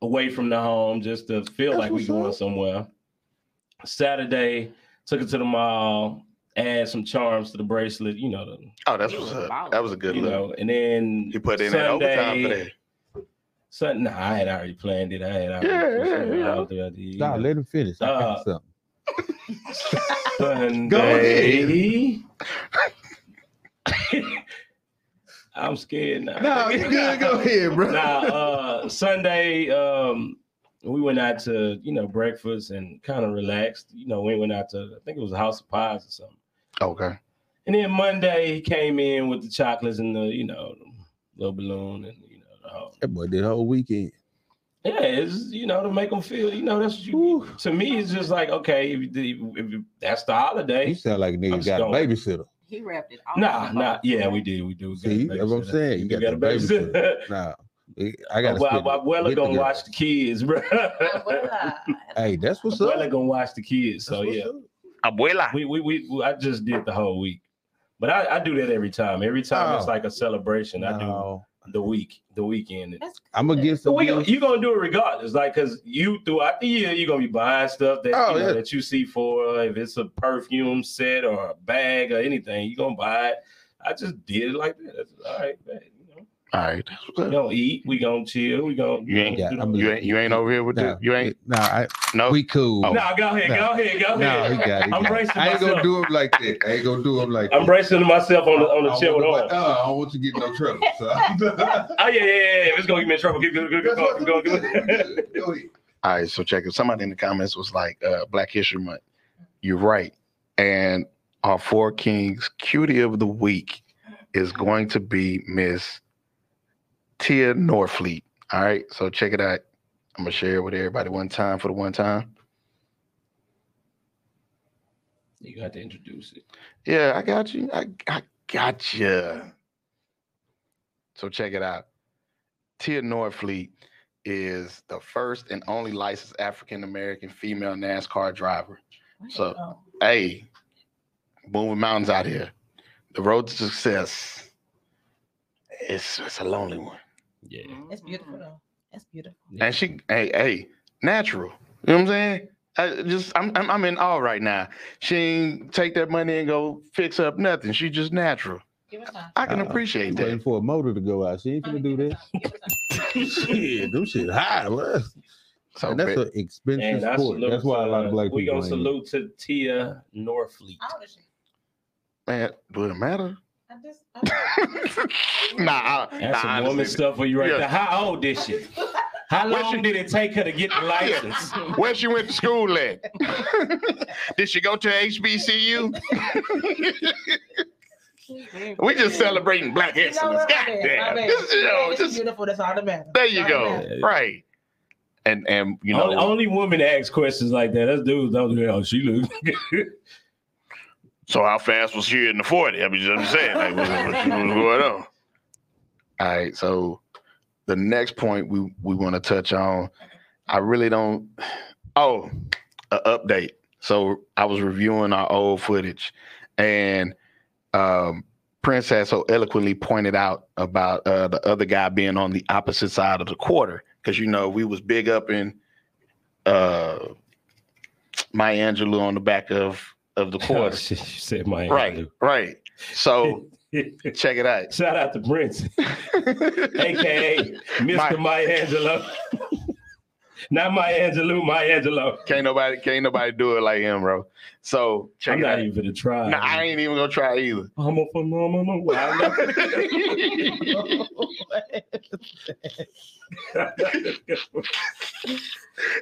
away from the home just to feel
That's
like we
what's
going
up.
somewhere. Saturday, took it to the mall, add some charms to the bracelet, you know, the,
Oh, that's what's up. That was a good
you
look.
know, and then
You put in that
Sunday,
overtime for that.
Sun- nah, I had already planned it. I had already
Yeah, yeah,
you know,
yeah.
all throughout the year.
Nah, let him finish. I got
Uh,
something.
Sunday.
Go
I'm scared now.
No, you good. Go ahead, bro.
Now, uh, Sunday, um, we went out to you know breakfast and kind of relaxed. You know, we went out to I think it was a House of Pies or something.
Okay.
And then Monday he came in with the chocolates and the you know the little balloon and you know the whole.
That boy did the whole weekend.
Yeah, it's you know to make them feel you know that's what you.
Whew.
To me, it's just like okay, if, you- if you- that's the holiday.
You sound like a nigga
I'm
got a
stoned.
babysitter.
He wrapped it all.
Nah, nah, yeah, we did, we do. We got a
See, that's what I'm
babysitter.
saying. You
We
got, the babysitter. Nah, I got.
Well, well, well, gonna watch the kids, bro.
Abuela.
Hey, that's what's up.
Well, gonna watch the kids. So
That's what's
yeah,
up.
Abuela.
we, we we we- I just did the whole week, but I, I do that every time. Every time it's
Oh.
like a celebration. I do
No,
the week, the weekend.
That's
I'm gonna give
So
some.
we
gifts.
you gonna do it regardless, like because you throughout the year you're gonna be buying stuff that
Oh,
you know,
yeah.
that you see for uh, if it's a perfume set or a bag or anything, you're gonna buy it. I just did it like that. That's- all right, man, you know.
All right. That's what's
We
up.
gonna eat. We gonna chill. We gonna.
You ain't,
Yeah, I'm-
you ain't you ain't over here with
Nah,
the you ain't
Nah, I,
no
we cool.
Oh.
Nah, go ahead. Go ahead. Go
Nah, he
ahead.
got it. he
I'm
got it.
bracing
I ain't
myself.
gonna do him like that. I ain't gonna do him like
I'm
that.
bracing myself on the on the
I
chill with
want
arm.
to- uh, I don't want you to get in no trouble. So.
Oh yeah, yeah, yeah. yeah. If it's gonna get me in trouble, get good, good, good,
That's
go,
what's up.
go, go.
Go ahead.
All right, so check it. Somebody in the comments was like, uh, Black History Month. You're right. And our Four Kings cutie of the week is going to be Miss Tia Norfleet. All right, so check it out. I'm gonna share it with everybody one time for the one time.
You got to introduce it.
Yeah, I got you. I, I got you. So check it out. Tia Norfleet is the first and only licensed African American female NASCAR driver. So-
Oh,
hey, moving mountains out here. The road to success. It's it's a lonely one.
Yeah.
Mm-hmm.
Mm-hmm. It's beautiful though. That's beautiful.
And she hey, hey, natural. You know what I'm saying? I just I'm, I'm I'm in awe right now. She ain't take that money and go fix up nothing. She just natural.
Give it time.
I can
Uh,
appreciate
She's
that.
waiting for a motor to go out. She ain't gonna do that.
Give it time.
shit, them shit high. man.
So
And that's
ba-
an expensive
And I
sport.
salute
That's why a lot
to-
of black
we
people.
gonna
ain't.
salute to Tia Norfleet.
I would've-
man, would it matter?
I just, I just-
Nah, I-
That's
nah,
some woman
honestly.
stuff for you right
Yeah.
there. How old is she? How
Well,
long
she- Ah,
did it take her to get the license?
Where she went to school at? Did she go to HBCU? we just celebrating black
You know
excellence.
what?
God
My bad, my
damn.
bad.
This, you know,
It's
just,
beautiful. That's all that matters.
there you
That's all
go.
that
Yeah.
Right. And and you
only,
know,
only woman that asks questions like that. That's dudes. Don't do that. Oh, she looks.
so how fast was she in the 40? I mean, just- I'm just saying, like, what, what- what's going on? All right. So the next point we, we want to touch on, I really don't. Oh, an update. So I was reviewing our old footage and um, Prince had so eloquently pointed out about uh, the other guy being on the opposite side of the quarter. Cause you know, we was big up in uh, Maya Angelou on the back of, of the
Oh,
quarter.
she she said my
Right, right. So check it out.
Shout out to Prince, aka Mr. Maya Angelou. Not Maya Angelou, Maya Angelou.
can't nobody, can't nobody do it like him, bro. So check
I'm
it
not
out.
even gonna try.
No, I ain't even gonna try either.
I'm a phenomenal. I love
it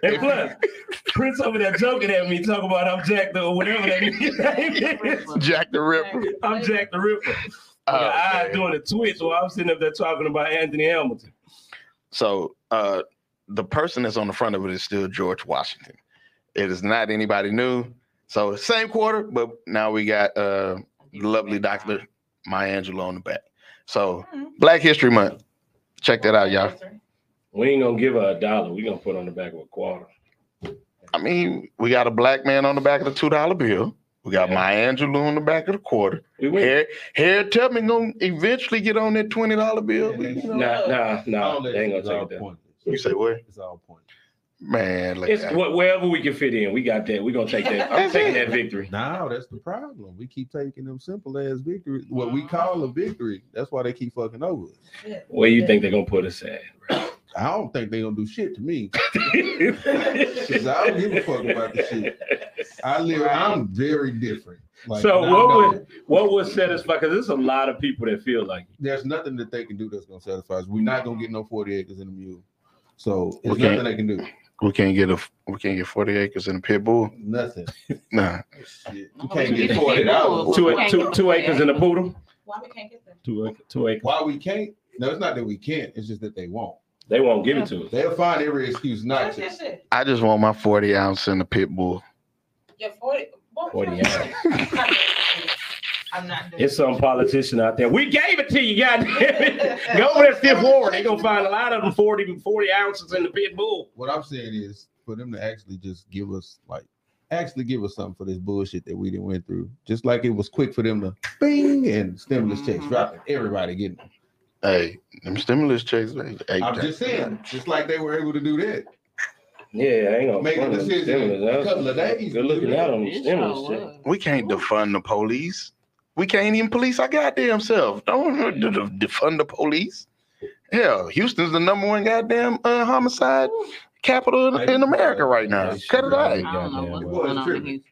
And plus, Prince over there joking at me, talking about I'm Jack the whatever that nigga name is.
Jack the Ripper.
matters.
I'm Jack the Ripper.
Oh,
Your eyes
man.
doing a twitch while I'm sitting up there talking about Anthony Hamilton.
So uh, the person that's on the front of it is still George Washington. It is not anybody new. So same quarter, but now we got uh, lovely Dr. Maya Angelou on the back. So
Mhm.
Black History Month. Check that out, y'all.
We ain't gonna give her a dollar. We gonna put on the back of a quarter.
I mean, we got a black man on the back of the two dollar bill. We got
Yeah.
Maya Angelou on the back of the quarter.
We win.
Harry, Harry Tubman gonna eventually get on that twenty dollar bill.
Yeah,
you know?
Nah, nah, nah.
All that
They ain't
shit is
gonna
all
take it down.
pointless.
You say what?
It's all pointless.
Man, look
It's
at-
wh- wherever we can fit in. We got that. We gonna take that. I'm
That's
taking
it.
that victory.
Now that's the problem. We keep taking them simple ass victories. What
Uh-huh.
we call a victory. That's why they keep fucking over. us.
Where you think they're gonna put us at?
I don't think they gonna do shit to me.
Cause
Cause I don't give a fuck about the shit. I live. I'm very different.
So
and I
what
know
would- What would satisfy? Because there's a lot of people that feel like
There's nothing that they can do that's gonna satisfy us. We're not gonna get no 40 acres in the mule. So there's
Okay.
nothing they can do.
we can't get a we can't get forty acres in a pit bull.
Nothing.
Nah,
Shit.
No,
You can't
we
get
can't
forty
get
dollars.
bulls.
two two two acres in a poodle.
Why we can't get there?
Two ac- two acres.
Why we can't? No, it's not that we can't. It's just that they won't.
They won't give it to us.
They'll find every excuse not
That's
to.
that shit.
I just want my forty ounce in a pit bull.
Yeah, 40. what-
40
I'm not doing
It's
it.
some politician out there. We gave it to you, goddamn it. Go over there, Fifth Ward. They're gonna find a lot of them 40, 40 ounces in the pit bull.
What I'm saying is for them to actually just give us like actually give us something for this bullshit that we didn't went through. Just like it was quick for them to bing and stimulus checks
Mm-hmm.
Mhm.
dropping. Everybody getting them.
Hey, them stimulus checks. Hey, hey,
I'm just saying, just like they were able to do that.
Yeah, I ain't gonna
Make a
front on them
decision
stimulus.
in a
That's-
couple of days.
Good looking out on them stimulus. check.
we can't defund the police. We can't even police our goddamn self. Don't de- de- defund the police. Hell, Houston's the number one goddamn uh, homicide capital in, in America right now. Cut it out.
I don't know what's
Goddamn
going on in
tripping.
Houston.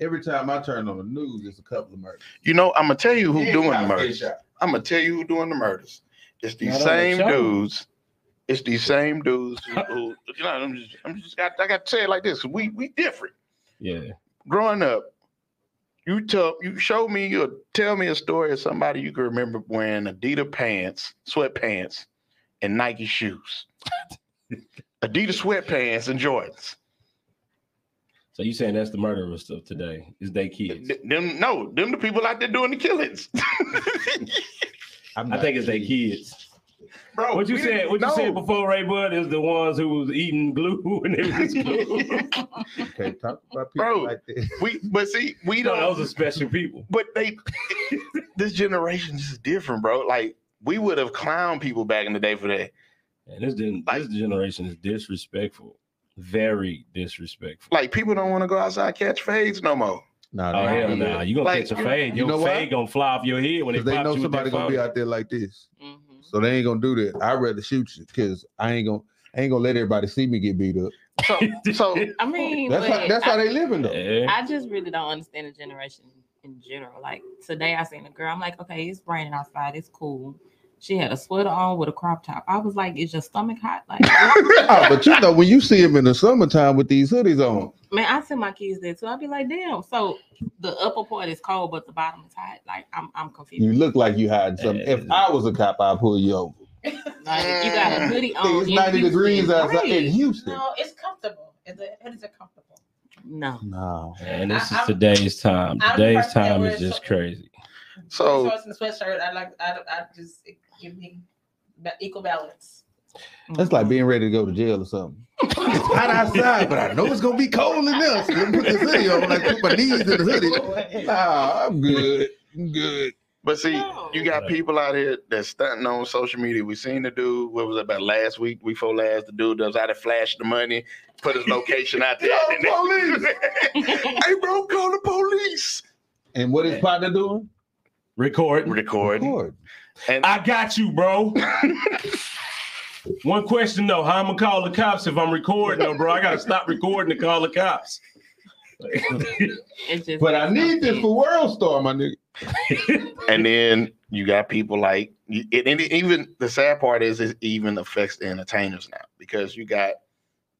Every time I turn on the news, it's a couple of murders.
You know, I'm gonna tell you who
Yeah,
doing the
cops get
murders.
shot.
I'm gonna tell you who doing the murders. It's these
Not on the
same
show.
dudes. It's these same dudes who, who you know. I'm just, I'm just got, I got to say it like this. We we different.
Yeah.
Growing up, you tell you show me you tell me a story of somebody you can remember wearing Adidas pants, sweatpants, and Nike shoes. Adidas sweatpants and Jordans.
So you saying that's the murderers of today? Is they kids?
Th- them no, them the people out there doing the killings.
I'm
I
not
think it's their
kidding.
kids.
Bro,
What you
we didn't-
said? What you
no.
said before, Ray Bud? Is the ones who was eating glue and it was glue.
You can't talk about people
Bro.
like that.
We but see, we
you know,
don't
those are special people.
but they this generation is different, bro. Like we would have clowned people back in the day for that.
And this, gen- this generation is disrespectful. very disrespectful.
Like people don't want to go outside catch fades no more.
Nah,
Oh
nah,
hell
yeah.
no! You gonna
Like,
catch a fade?
you
Your
know why?
fade gonna fly off your head when
'Cause
it
they
pops
know
you with
somebody
that
gonna be
phone.
out there like this,
Mm-hmm.
so they ain't gonna do that. I'd rather shoot you because I ain't gonna I ain't gonna let everybody see me get beat up.
So so
I mean,
That's
but
how that's
I,
how they living though.
Yeah.
I just really don't understand the generation in general. Like today, I seen a girl. I'm like, okay, it's raining outside. It's cool. She had a sweater on with a crop top. I was like, is your stomach hot? Like,
Ah, but you know when you see them in the summertime with these hoodies on,
man, I send my kids there too. I'd be like, damn. So the upper part is cold, but the bottom is hot. Like, I'm, I'm confused.
you look like you hiding something. If I was a cop, I'd pull you over.
Like, you got a hoodie on.
it's
Oh, in
ninety
Houston.
degrees outside in
Right.
Houston.
No, it's comfortable. It- The hoodies are comfortable.
No.
No,
And this is
I- I'm-
today's
I'm
time.
the
Today's
person that
time is
wears
just
so-
crazy.
So-
shorts and sweatshirt. I like. I, I just it give me ba- equal balance.
that's like being ready to go to jail or something. It's hot outside, but I know it's gonna be cold in there. So let me put this hoodie on. Like put my knees in the hoodie. Nah, I'm good. I'm good.
But see,
No.
you got
Yeah.
people out here that's stunting on social media. We seen the dude, what was it about last week, week before last, the dude that was out there flashed the money, put his location out there.
Yo,
and then- hey, bro, call the police.
And what is partner doing?
Record.
Record.
Record.
And
I got you, bro. One question though, how I'm gonna call the cops if I'm recording though, bro? I gotta stop recording to call the cops.
It's just
But I need this for World Star, my nigga.
and then you got people like, you- and and even the sad part is, it even affects the entertainers now because you got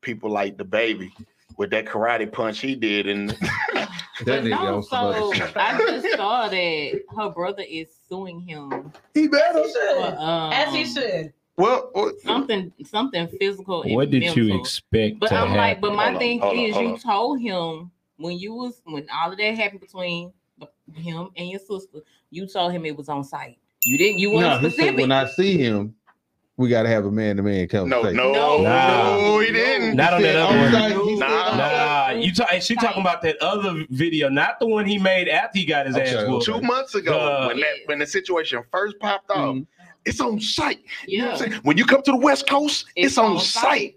people like the baby with that karate punch he did, and
That
But
nigga
no,
on some other
so
shit.
I just saw that her brother is suing him.
He better.
As he
For,
should.
um,
As he should.
well, oh, well,
Something, something physical. and
What did you
mental.
expect
But
to
I'm like,
happen?
but my
Hold on,
thing
hold on,
is,
hold
you
on.
told him when you was when all of that happened between the, him and your sister, you told him it was on site. You didn't. You
No,
weren't
he said
specific.
when I see him, we gotta have a man to man
no,
conversation.
no, no,
Nah.
he didn't.
Not on
He
that
said
other one.
on-site, he said
Nah.
on-site.
Nah, you talk, she talking about that other video, not the one he made after he got his
Okay,
ass
okay.
whooped.
two months ago
Uh,
when that when the situation first popped off.
Mhm.
It's on site. You know
yeah.
what I'm saying? When you come to the West Coast, it's,
It's
on,
on
site.
site.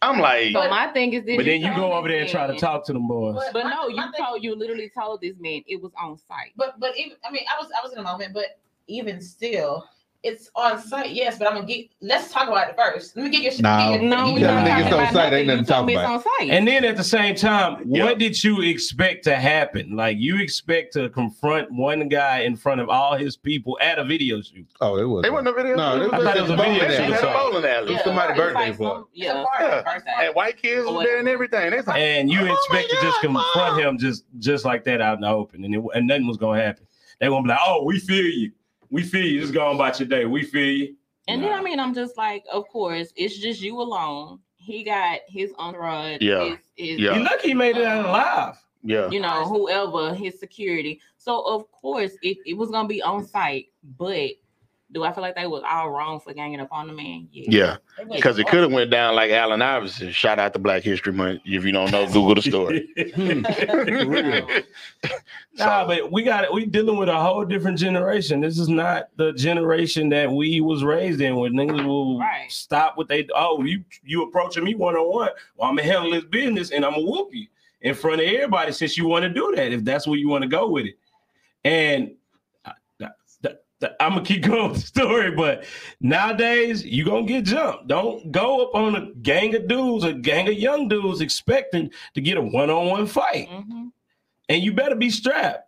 I'm like,
So my thing is, did
But then you
tell
go
this
over there and try to
man-
talk to them boys.
But
My-
no, you
my thing-
told you literally told this man it was on site.
But but even I mean I was I was in a moment, but even still, it's on site. Yes, but I'm gonna get. Let's talk about it first. Let me get your. shit-
No.
get your-
No,
You
we
tell
not
me
talking
it's
about
on site, ain't
nothing.
nothing
You
to talk
told me it's
about.
on site.
And then at the same time,
Yeah.
what did you expect to happen? Like you expect to confront one guy in front of all his people at a video shoot.
Oh, it was.
they wasn't a video.
No, they
they
was
I thought it was a video
was
game,
at a
sorry.
bowling alley.
Yeah. somebody's
it's
birthday
like
party.
some- Yeah.
Yeah.
birthday.
And white kids was there and everything. They was like,
And you
Oh my
expect to just
God,
confront
Mom.
him just just like that out in the open, and, it, and nothing was gonna happen. They gonna be like, "Oh, we feel you, we feel you. Just go on about your day. We feel you."
And then
Nah.
I mean, I'm just like, of course, it's just you alone. He got his entourage.
Yeah.
His, his,
Yeah.
You lucky he made it out alive.
yeah.
You know, whoever his security. So of course, it, it was gonna be on site. But do I feel like they was all wrong for ganging up on the man?
Yeah,
It was
because it
on-
could have went down like Allen Iverson. Shout out to Black History Month. If you don't know, Google the story.
Yeah.
Nah,
So-
but we got we dealing with a whole different generation. This is not the generation that we was raised in where niggas will
Right.
stop what they oh, you you approaching me one on one. Well, I'm gonna handle this business and I'm gonna whoop you in front of everybody since you want to do that, if that's where you want to go with it. And I'm gonna keep going with the story, but nowadays you gonna get jumped. Don't go up on a gang of dudes, a gang of young dudes expecting to get a one-on-one fight.
Mhm.
And you better be strapped.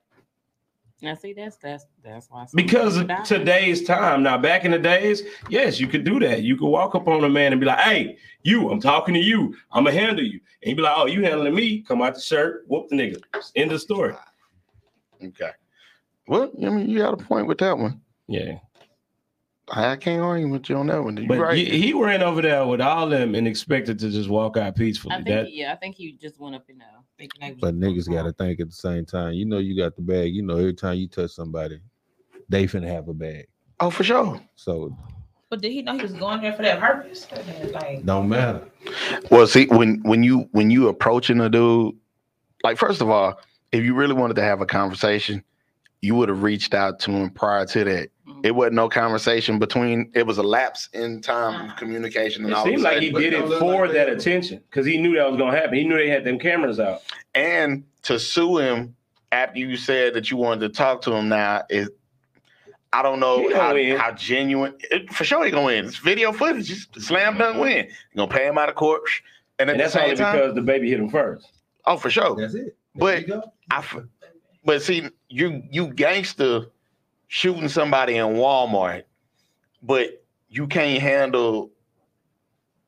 Now see, that's that's that's why. some
Because
people die.
of today's time, now back in the days, yes, you could do that. You could walk up on a man and be like, "Hey, you, I'm talking to you. I'm gonna handle you," and you be like, "Oh, you handling me? Come out the shirt, whoop the nigga." End of story.
Okay. Well, I mean, you got a point with that one.
Yeah,
I can't argue with you on that one. You
but
right.
he, he ran over there with all them and expected to just walk out peacefully.
I think
that
he- yeah, I think he just went up in there. thinking they was
But
just
niggas got
gonna
to think at the same time. You know, you got the bag. You know, every time you touch somebody, they finna have a bag.
oh, for sure.
So
But did he know he was going there for that purpose? Like
don't matter.
Well, see, when when you when you approaching a dude, like first of all, if you really wanted to have a conversation, you would have reached out to him prior to that.
come.
It wasn't no conversation between. It was a lapse in time of communication. And
It
all
seemed
of a
like
sudden,
he
but
did
it
it
don't look
for
like
that
that.
attention because he knew that was gonna happen. He knew they had them cameras out.
and to sue him after you said that you wanted to talk to him now is I don't know
He gonna win.
how, how genuine it, for sure he gonna win. It's video footage, just slam dunk win. You gonna pay him out of court. sh- And at
And
the
that's only
same time,
because the baby hit him first.
oh for sure.
That's it.
But-
There you go.
I f- but see, you you gangster shooting somebody in Walmart, but you can't handle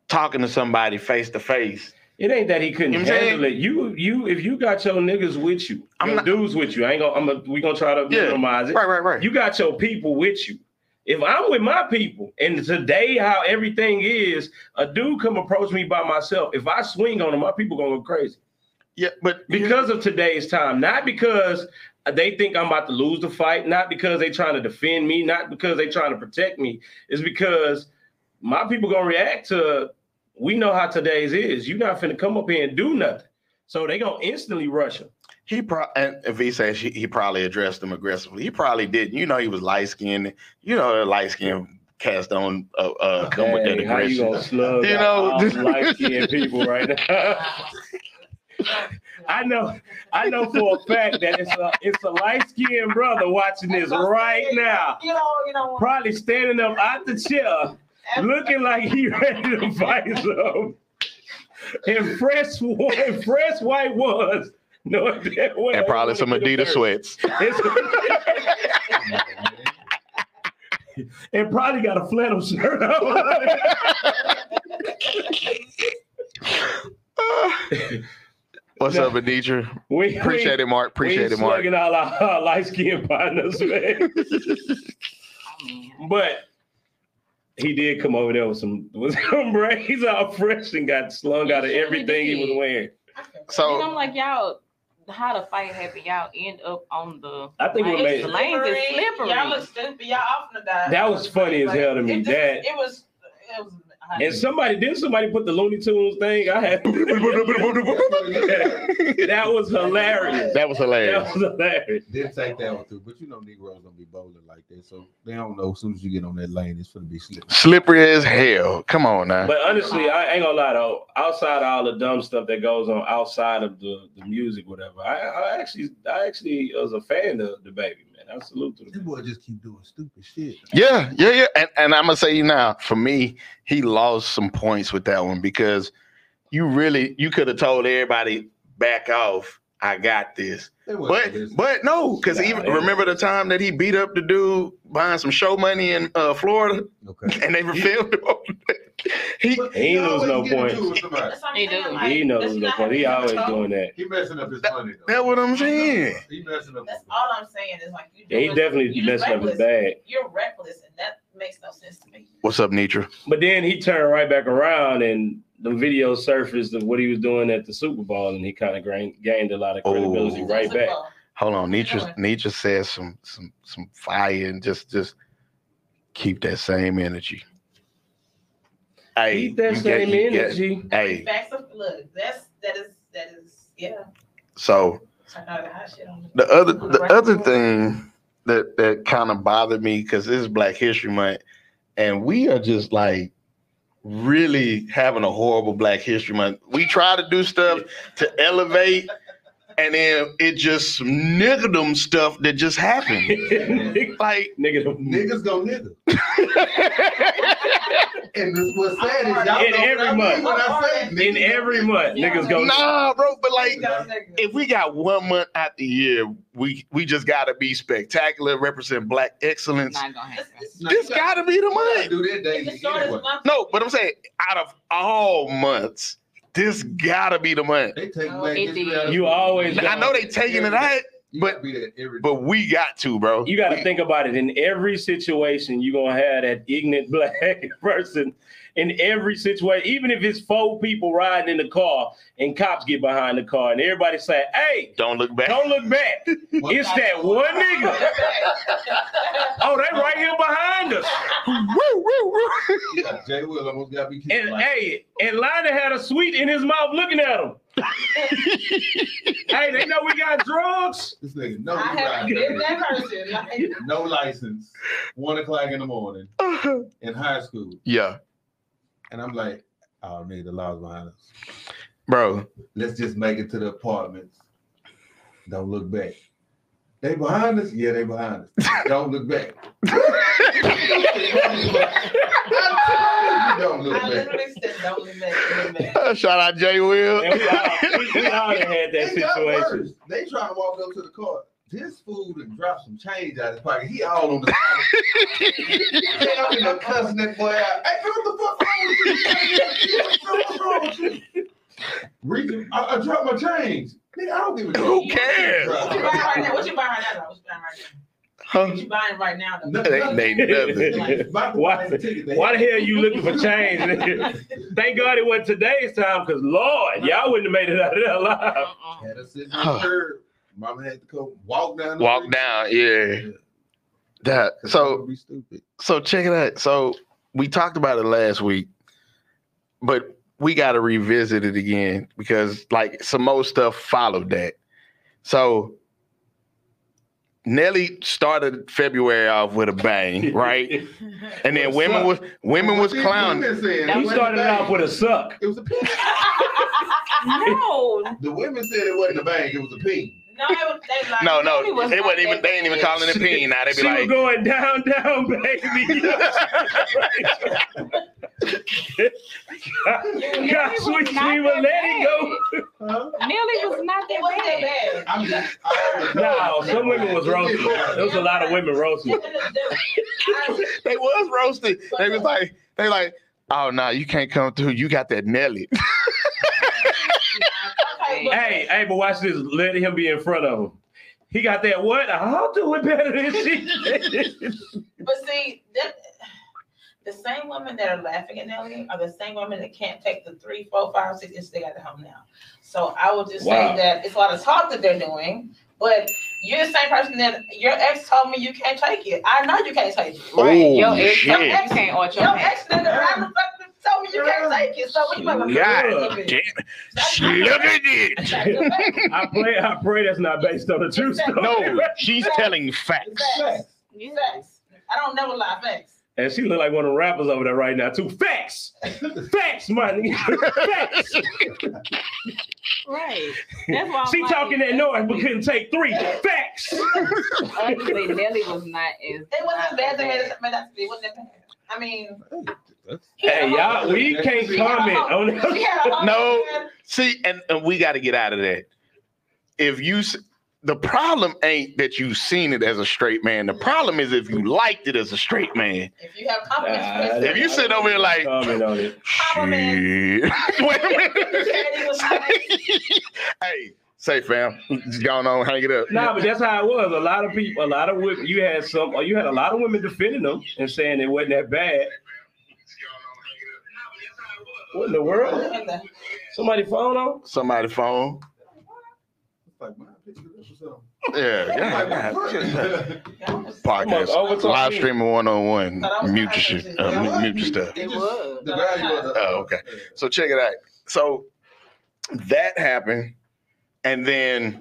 talking to somebody face to face.
It ain't that he couldn't
You know what I'm
handle it. You, you, if you got your niggas with you,
I'm
your
not-
dudes with you, I ain't gonna. I'm gonna. We gonna try to
Yeah.
minimize it.
Right, right, right.
You got your people with you. If I'm with my people, and today how everything is, a dude come approach me by myself. If I swing on him, my people gonna go crazy
yeah, but
because of today's time. Not because they think I'm about to lose the fight. Not because they trying to defend me. Not because they trying to protect me. It's because my people gonna react to. We know how today's is. you not finna come up here and do nothing. So they gonna instantly rush him.
He probably, and if he says he, he probably addressed them aggressively, he probably didn't. You know, he was light skinned. You know, light skinned cast on uh, uh come with that
Hey, how you
aggression.
gonna slug?
You
You
know,
know, light skinned people right now. I know, I know for a fact that it's a it's a light skinned brother watching this right now,
You know, you know.
probably standing up out the chair, looking like he ready to fight some. And fresh, wa- and fresh white was no that way.
And probably some Adidas sweats.
It's- and probably got a flannel shirt on.
What's
No.
up, Anitra?
we
Appreciate it, Mark. Appreciate
we
it, Mark.
slugging all our, our light skinned partners, man.
I mean,
But he did come over there with some with some braids all fresh and got slung out of
He sure
everything he
did.
was wearing.
So-
and I'm like, y'all, how the fight happened, y'all end up on the.
I think what
Like,
made
the lanes is slippery.
Y'all look stupid. Y'all off the die.
That was funny as hell to me,
It, just-
that-
it was. It was.
and somebody did somebody put the Looney Tunes thing. I had that was hilarious.
That was hilarious.
That was hilarious.
Didn't take that one too, but you know Negroes don't be bowling like that, so they don't know. As soon as you get on that lane, it's gonna be slick.
Slippery as hell. Come on now.
But honestly, I ain't gonna lie though. Outside of all the dumb stuff that goes on outside of the, the music, whatever, I, I actually I actually was a fan of the baby man. I salute to the
This boy just keep doing stupid shit.
Yeah, yeah, yeah. And, and I'm gonna say you now, for me, he lost some points with that one because you really you could have told everybody back off. I got this,
They
but
wasn't listening.
but no, because
Nah,
even
they-
remember the time that he beat up the dude buying some show money in uh, Florida,
okay.
and they refilled him. he
But
He ain't
always
lose no
getting
points.
into it with somebody.
He do.
he knows the part. He always doing that.
He messing up his money. though.
that what I'm saying.
He messing up.
That's all I'm saying is like you.
Yeah, he
doing-
definitely
you just
messed up his
reckless.
bag.
You're reckless, and that makes no sense to me.
What's up, Nitra?
But then he turned right back around and the video surfaced of what he was doing at the Super Bowl and he kind of gained, gained a lot of credibility
Oh.
right back.
Hold on,
Keep
Nitra. Nitra says some some some fire and just just keep that same energy. Hey,
Keep that
you get-
same
you get-
energy.
Hey,
Facts of look. That's that is that is yeah.
so
Turn all the hot shit on
the other the other thing that that kind of bothered me because this is Black History Month, and we are just like really having a horrible Black History Month. We try to do stuff to elevate, and then it just some niggerdom stuff that just happened.
Nigga,
Like,
nigga.
Niggas go niggas. And this- what's sad is y'all
In
know
every
what I mean
month.
when I say
In
niggas go
every
niggas.
month, niggas go.
nah, bro, but like
Y'all niggas.
if we got one month out the year, we we just gotta be spectacular, represent black excellence.
not gonna happen.
It's- it's-
Now,
This
you gotta-
gotta be the
you gotta
month.
Do that
it's the
daily
shortest
anyway.
month.
No, but I'm saying out of all months, this gotta be the month.
They take
No,
back
it
this
did.
reality.
You always
I know they taking it out,
You
but-
gotta be that every
but we got to, bro.
You got to think about it. In every situation, you're going to have that ignorant black person in every situation. Even if it's four people riding in the car and cops get behind the car and everybody say, hey,
Don't look back.
don't look back. It's that one nigga. Oh, they right here behind us.
Woo, woo, woo.
Jay Will almost got me killed.
And
like,
hey, and Lionel had a sweet in his mouth looking at him. hey, they know we got drugs.
This nigga, no,
I haven't been
license.
that person. Like,
no license. One o'clock in the morning in high school,
yeah,
and I'm like, oh, nigga, the laws behind us.
bro.
Let's just make it to the apartments. Don't look back. They behind us? Yeah, they behind us. Don't look back. I told you don't look
I
back.
literally said, don't live back, live back.
Uh, Shout out Jay Will.
And we all, we, we all done had that
It got
situation.
worse. They trying to walk up to the car. This fool done dropped some change out of his pocket. He all on the side. I'm in there cussing that boy out. Hey, what the fuck wrong with you? What's wrong with you? Reason, I, I dropped my change. Nigga, I don't give a
Who
damn.
cares?
What you buying right now? What you buying right now? though?
Huh?
What you buying right now? What you buying right now? though?
No,
They, they nothing.
Why- Why the hell you looking for change? nigga? Thank God it wasn't today's time, because Lord, y'all wouldn't have made it out of there alive.
Uh-uh.
Had us in the curb. Mama had to come walk down. The
Walk
street.
down, yeah. That
Cause I
so
would be stupid.
so check it out. So we talked about it last week, but we got to revisit it again because like some more stuff followed that. So Nelly started February off with a bang, right? And then
What's
women
up?
was women was clowning.
You
You
You started it off with a suck.
It was a ping.
no,
The women said it wasn't a bang. It was a ping.
No, it was, they like,
No, no,
Tony was
it
like
wasn't even.
that
They ain't even
bitch.
calling it peen. Now they be
She was
like,
going down, down, baby. God, sweet, she was letting go.
Huh?
Millie was not
It wasn't that bad.
I'm just. I was-
No, some women was roasted. There was a lot of women roasted.
they was roasted. They was like, they like, oh no, you can't come through. You got that Nelly.
Okay, but-
Hey, hey, but watch this. Let him be in front of him. He got that what? I'll do it better than she.
But see, that, the same women that are laughing at Nelly are the same women that can't take the three, four, five, six inches they got at home now. So I will just
Wow.
say that it's a lot of talk that they're doing, but you're the same person that your ex told me you can't take it. I know you can't take it.
Oh,
Yo, it's
shit.
something you can't arch your
Your
back.
ex nigga around the fucking told me you can't take it. So what you gonna
God
do?
damn, she look at it.
I pray, I pray that's not based on the true story.
No, she's telling facts.
Facts.
Yeah.
Facts. I don't never lie. Facts.
And she look like one of the rappers over there right now, too. Facts. Facts, man. Facts.
Right. That's why I'm
She
like,
talking that noise but couldn't take three. Facts.
Honestly, Nelly was not
It
as
wasn't bad. They had made that It wasn't bad. I mean, he had
Hey,
a
y'all,
home.
we can't
She had a
comment
home.
on
She
it.
had a home.
No. See, and, and we got to get out of that. If you, s- the problem ain't that you seen it as a straight man. The problem is if you liked it as a straight man.
If you have confidence,
Nah,
Chris,
If you sit over here like,
Comment on it.
shit. Wait
you
a
said he was nice.
minute. hey, say fam, going on, hang it up.
Nah, but that's how it was. A lot of people, a lot of women. You had some, or you had a lot of women defending them and saying it wasn't that bad. What in the world?
What the-
Somebody phone on?
Somebody phone.
Like, man, I picture this or something.
Yeah,
Like,
yeah,
what the
yeah.
fuck?
Y'all was-
Podcast,
Come on, overtalk
live
me.
streaming one on one.
But I was
Mute your
trying to
shit.
do-
Uh,
Now
mute-
what?
mute your stuff.
It
just-
was.
The value of the,
Oh, okay. So check it out. So that happened, and then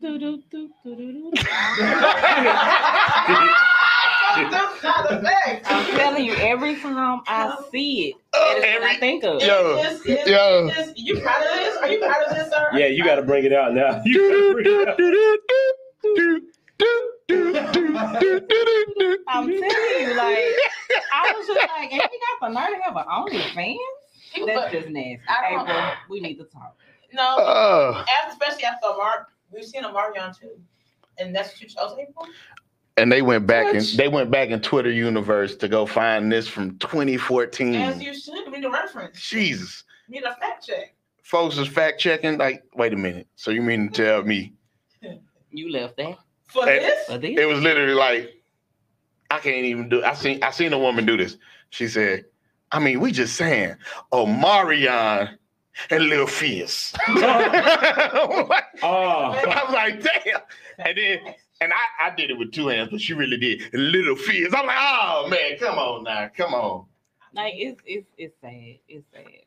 do, do, do, do, do, do.
That's not the fact.
I'm telling you, every time I see it,
uh,
that is what I
every
think of.
Yeah. Yo,
It's- it's-
yo.
it's- You proud of this? Are you proud of this, sir?
Yeah, you got to bring it out now. You gotta bring it out.
I'm telling you, like I was just like, and he got the nerve to have an OnlyFans.
He was-
That's just nasty.
I don't-
April, we need to talk.
No,
Uh,
after- especially after Mark, we've seen a Marion too. And that's what you chose April?
and they went back in
What?
they went back in Twitter universe to go find this from
As
2014.
you should. We need a reference.
Jesus,
We need a fact check.
folks is fact checking. Like, wait a minute. So you mean to tell me
You left that
For
Hey,
this?
for this.
it was literally like I can't even do. I seen I seen a woman do this. She said, "I mean, we just saying, oh Marion and Lil Fierce." I was like-
Oh,
I was like, "Damn!" And then and I I did it with two hands, but she really did Lil Fierce. I'm like, "Oh man, come on now, come on."
Like it's it's it's sad. It's sad.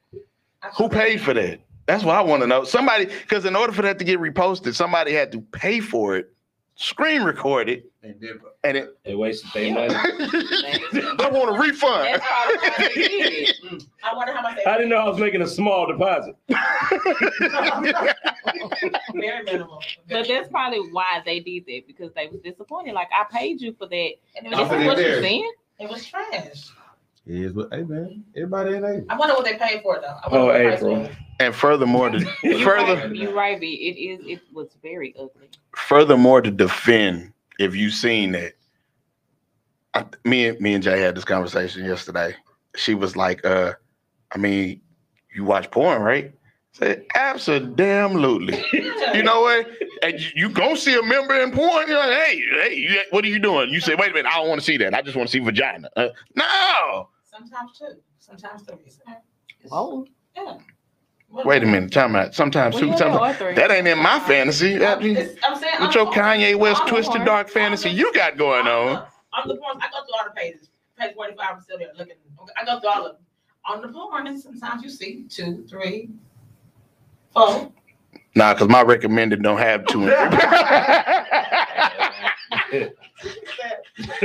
I
Who
should-
paid for that? That's what I want to know. Somebody, because in order for that to get reposted, somebody had to pay for it, screen record it,
And then, but
and it.
They wasted their money.
I want a refund.
That's probably why they did it. Mm. I wonder how much they
I didn't know I was making a small deposit.
very minimal.
But that's probably why they did that because they was disappointed. Like I paid you for that.
And
This is
I'm putting it
what
it, was,
you
there.
saying?
it was trash.
is what hey man, everybody ain't ate.
I wonder what they paid for it though. I
Oh,
wonder what the price
April.
was.
and furthermore, to,
You
further,
right, you right, B. It is. It was very ugly.
furthermore, to defend, if you've seen that, I, me and me and Jay had this conversation yesterday. She was like, "Uh, I mean, you watch porn, right?" I said, "Absolutely." You know what? And you, you gonna see a member in porn. You're like, hey, hey, you, what are you doing? You say, wait a minute, I don't want to see that. I just want to see vagina. Uh, no.
Sometimes two. Sometimes three.
Whoa.
Yeah.
Wait a minute, time out. Sometimes
Well,
two,
yeah,
sometimes
or three.
that ain't in my fantasy. That-
I'm, it's- I'm saying
With
I'm-
your Kanye West
I'm
twisted
porn.
dark fantasy you got going on.
On the porn, I go through all the pages. Page 45, I'm still there looking. I go through all of them. On the porn, sometimes you see two, three, four.
Nah, because my recommended don't have two. and three.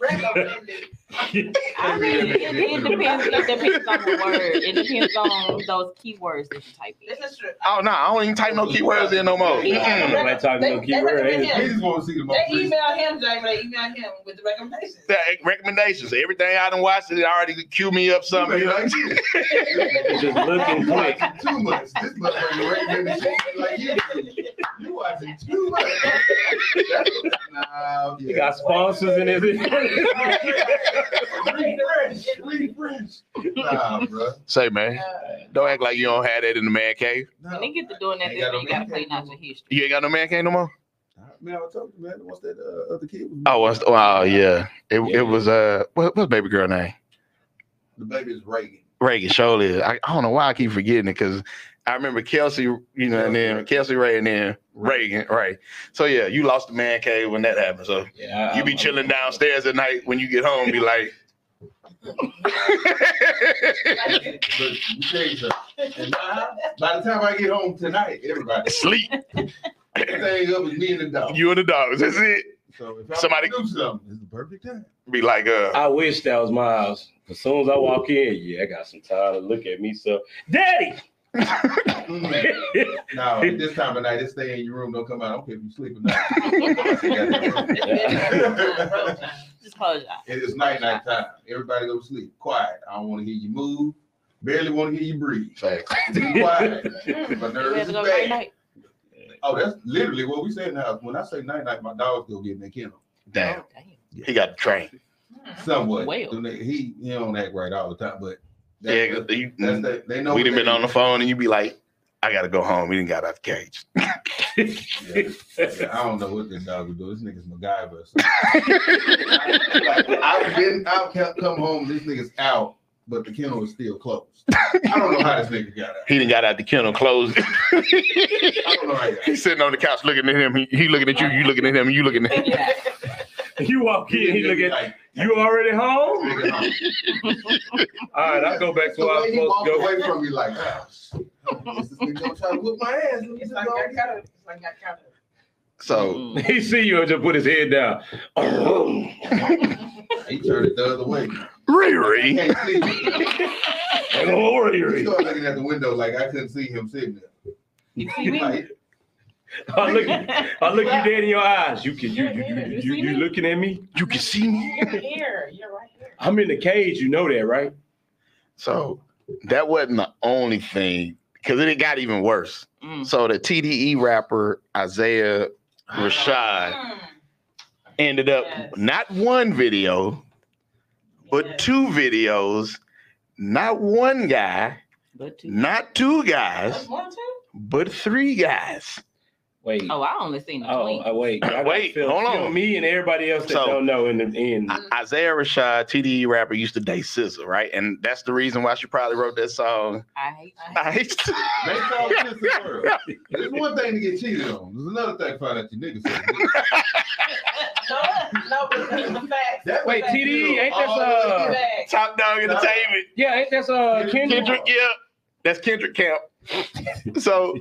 Recommended.
I mean, it, it, it depends. It depends on the word. It depends on those keywords that you type in.
This is true.
oh no, I don't even type no keywords in no more.
Yeah.
Mm-mm.
I'm not talking no
They-
keyword,
they recommend
ain't
him.
They just want to see the most.
They email him, Jay, but they email him with the recommendations.
The recommendations. Everything I done watched, it already queue me up something.
You like,
it? Just looking
you
quick.
watching too much. This motherfucker recommended shit like you. do. You watching too much. That's what- Nah,
You
yeah.
got sponsors in it.
Refresh, refresh. Nah, bro.
Say, man, don't act like you don't have that in the man cave.
When they get to doing that,
Ain't
this
got
way,
no
you gotta play
man.
not your history.
You ain't got no man cave no more.
Man, I told you, man. What's that uh, other kid? was-
Oh, was, oh yeah. It,
Yeah.
it was uh, what what's baby girl name?
The baby is Reagan.
Reagan Shola. I, I don't know why I keep forgetting it because I remember Kelsey, you know, and then Kelsey Ray, and then Reagan, right? So yeah, you lost the man cave when that happened. So
Yeah, I-
you
Um,
be
I'm-
chilling downstairs at night when you get home, be like.
But you tell you something. And now, by the time I get home tonight, everybody,
Sleep,
everything up is me and the dog.
you and the dogs. That's it.
so if I
somebody-
somebody do something, it's the perfect time.
Be like, uh,
I wish that was my house. As soon as I walk in, yeah, I got some time to look at me. So, Daddy,
Mm.
Mm-hmm.
No, at this time of night, this thing in your room don't come out. I don't care if you sleep or not.
Just close your eyes.
it is night night time. Everybody go to sleep. Quiet. I don't want to hear you move. Barely want to hear you breathe. Be quiet. My
You
nerves
had
is
to go
bad.
right night.
Oh, that's literally what we say in the house. When I say night night, my dogs go get in their kennel.
damn,
Oh, damn.
he got the train.
Somewhat.
Mm. Well.
He he don't act right all the time, but
Yeah,
that's,
'cause you-
that's the, they know
we
what
done been
they
on the
do.
phone, and you be like, I gotta go home. We didn't got out the cage.
Yeah, I don't know what this dog would do. This nigga's MacGyver. Or something. like, I've been, I've kept come home. This nigga's out, but the kennel is still closed. I don't know how this nigga got out.
He didn't got out the kennel closed.
I don't know how he got out.
He's sitting on the couch looking at him. He, he looking at you. You looking at him. You looking at him.
Yeah.
you walk in, he look at
Like,
you already home.
nigga, no.
All right, I go back to
the
where I
way he
was supposed
walked
to go.
away from me like, oh, shit. this nigga gonna try to whip my ass. Let me
It's
just
like
go.
I got it. It's like I got it.
So
He see you and just put his head down.
He turned it the other way.
Riri,
Can't see me. He
Glory.
started looking at the window like I couldn't see him sitting there.
You see me?
Like,
I look, I look you dead in your eyes. You can you you you, you, you, you looking at me?
you can see me.
You're here. You're right here.
I'm in the cage. You know that, right?
So that wasn't the only thing because it got even worse.
Mm.
So the TDE rapper Isaiah Rashad
Hmm.
Mm.
ended up
Yes.
not one video, but
Yes.
two videos. Not one guy,
But two.
not two
That's
guys,
one, two?
but three guys.
Wait.
Oh, I only seen the
Oh,
twink.
oh wait. I gotta
Wait,
fill-
hold
fill
on.
Me and everybody else that
So-
don't know in the end.
I- Isaiah Rashad, TDE rapper, used to date SZA, right? And that's the reason why she probably wrote that song.
I hate. I
I
hate.
hate to-
They call this the world. There's one thing to get cheated on. There's another thing to find out your niggas. said.
No, no, but it's the facts.
That
Wait,
way,
TDE ain't that's uh
Facts.
Top Dog Entertainment.
yeah ain't that's uh Kendrick?
Kendrick, yeah. That's Kendrick Camp. So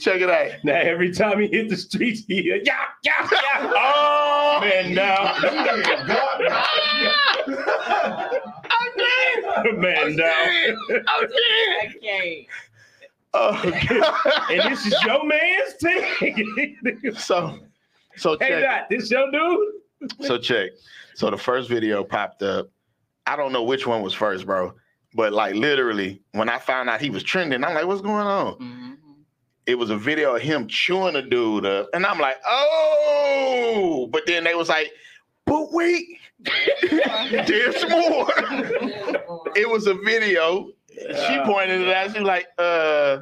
check it out.
Now every time he hit the streets, he hear, yeah, yeah, yeah.
Oh
man, now, man, now.
I'm dead.
Okay.
Oh, God.
And this is your man's team.
so, so
hey,
check.
Dot, this your dude?
So check. So the first video popped up. I don't know which one was first, bro. But like literally, when I found out he was trending, I'm like, what's going on? It was a video of him chewing a dude up. And I'm like, oh. But then they was like, but wait, there's more. it was a video. She pointed it out. She was like, uh,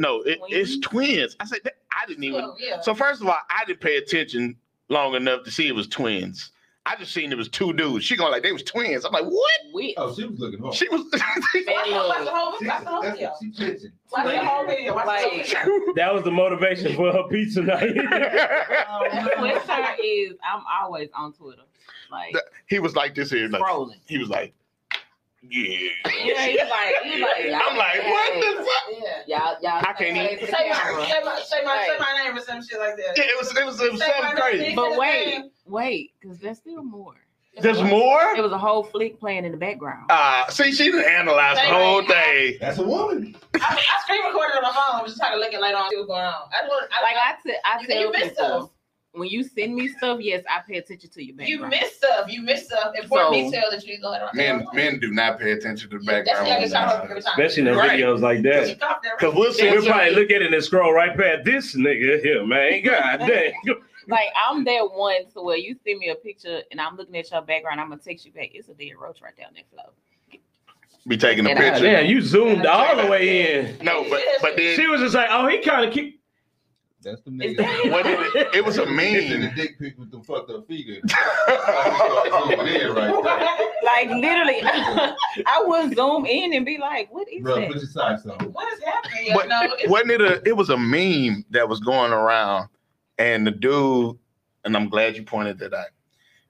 no, it, it's twins. I said, that- I didn't even So first of all, I didn't pay attention long enough to see it was twins. I just seen it was two dudes. She going like they was twins. I'm like, what?
We
Oh, she was looking hard.
She was.
Watch the watch the whole
She-
watch the whole
that's-
video.
she pitching.
Watch the whole video. Watch the whole
Like-
video.
That was the motivation for her pizza night.
Twitter is I'm always on Twitter. Like
he was like this here. Like,
scrolling.
he was like, yeah.
Yeah, he's like, he's like,
I'm like, what the fuck?
Yeah.
Y'all, y'all,
I can't
y'all
even-
face the
Say my,
camera.
say my, say my, say my name or some shit like that.
Yeah, it was it was, it was
Say my
something
name,
crazy.
say
But
his
wait.
name.
Wait, because there's still more.
There's more.
It was a whole flick playing in the background.
Uh, see, she didn't analyze the whole thing.
That's a woman.
I, mean, I screen recorded on my phone. I'm just trying to look at later on see what's going on. I don't, I,
like
like,
I, t- I
You-
tell
you missed
people,
us.
when you send me stuff, yes, I pay attention to your
you
background.
missed stuff. You missed stuff. Important
So-
detail that you go later on.
do not pay attention to
Yeah, That's the youngest I remember every time.
Especially in those
Right.
videos like
But
that.
you coughed that
Cause we'll see.
We'll probably look at it and scroll right past this nigga here, man. God damn.
Like I'm that one to where you send me a picture and I'm looking at your background, I'm gonna text you back. It's a dead roach right down that floor.
be taking a
And I-
God
picture.
damn, you zoomed all the way in.
No, but but then
She was just like, oh, he kind of keep.
That's the
Is
nigga.
that-
what did it, it was a
Pitching the
meme.
dick pic with them fucked up feet. in it. That's what it is right there.
Like literally, I would zoom in and be like, "What is
Bro, put
that?"
your socks on.
What is happening?
But
no,
it- wasn't it a? It was a meme that was going around, and the dude, and I'm glad you pointed that out.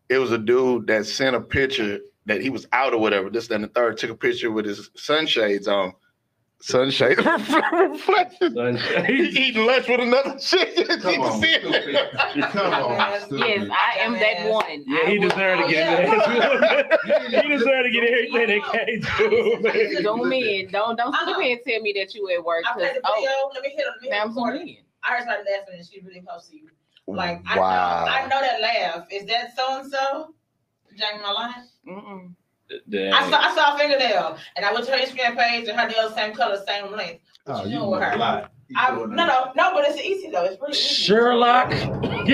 It was a dude that sent a picture that he was out or whatever. This, then the third took a picture with his sunshades on. Sunshade reflection. He's eating lunch with another chicken.
Come
He was
on,
sitting there.
stupid. Come on, stupid.
Yes, I am that
Dumbass.
one.
Yeah, he
I would-
deserved to get
Yeah.
his ass.
You
he
didn't even-
deserved to get everything that came to him. man.
Zoom in. Don't don't
Uh-uh.
sit here and tell me that you at work.
I played
'cause,
the video.
Oh,
Let me hit him. Let me hit
now
him
I'm
recording.
zooming in.
I just started laughing and she really close to you. Like I
wow.
know, I know that laugh. Is that so and so? Jamie Malone.
Mm-mm.
I saw I saw a fingernail and I went to her Instagram page and her nails same color, same length.
Oh, you
know
know
her.
a lot. You
I,
know
no
a
no no, but it's easy though. It's really easy.
Sherlock.
lot.
We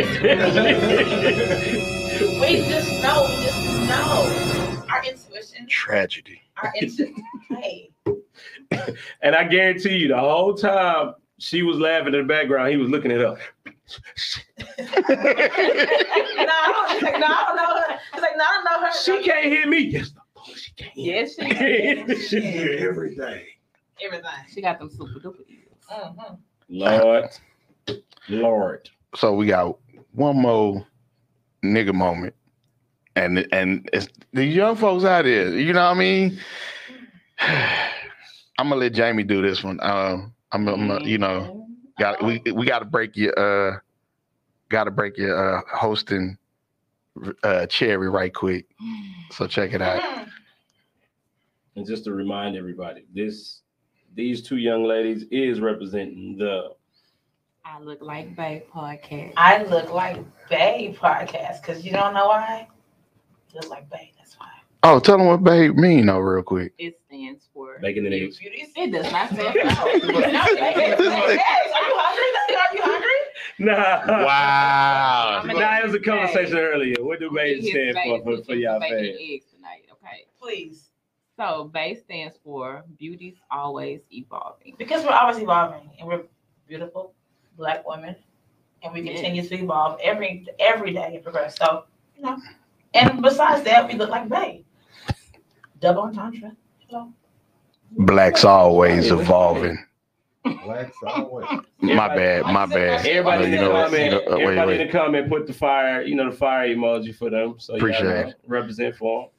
just know. We just know. Our intuition.
Tragedy.
Our intuition. hey,
and I guarantee you, the whole time she was laughing in the background, he was looking at her.
no, I don't, it's like, no, I don't know her. It's like no, I don't know her.
She can't hear me. Yes, the fuck she can.
Yes, she
she can hear everything.
Everything.
she got them super duper ears.
Mhm.
Lord, Lord.
so we got one more nigga moment, and and it's the young folks out there. You know what I mean? I'm gonna let Jamie do this one. Um, I'm, I'm you know, got we we got to break your uh, got to break your uh hosting uh cherry right quick. So check it out.
Mhm.
And just to remind everybody, this these two young ladies is representing the
I look like Bay podcast.
I look like Bay podcast because you don't know why. Look like Bay. That's why.
Oh, tell them what babe mean though, real quick.
It stands for.
making the
You
eggs.
beauty is-
It does not stand
No,
for.
no, Bay, Bay, Bay, Bay. Are you hungry? Are you hungry?
Nah.
Wow.
I'm
Nah, it was a conversation earlier. What do Bay
His
stand
Bay
for
is
for,
just
for y'all
baking
fans?
eggs tonight. Okay.
Please.
So Bay stands for beauty's always evolving.
Because we're always evolving and we're beautiful black women and we
Yeah.
continue to evolve every every day and progress. So, you know. And besides that, we look like Bay. Double entendre. Hello.
Blacks always evolving.
Black sideways.
My bad. My bad.
Everybody,
You
in, the
know,
comment,
you know, uh, wait,
everybody
wait.
in the comment, put the fire, you know, the fire emoji for them. So y'all
Appreciate
know,
it.
represent for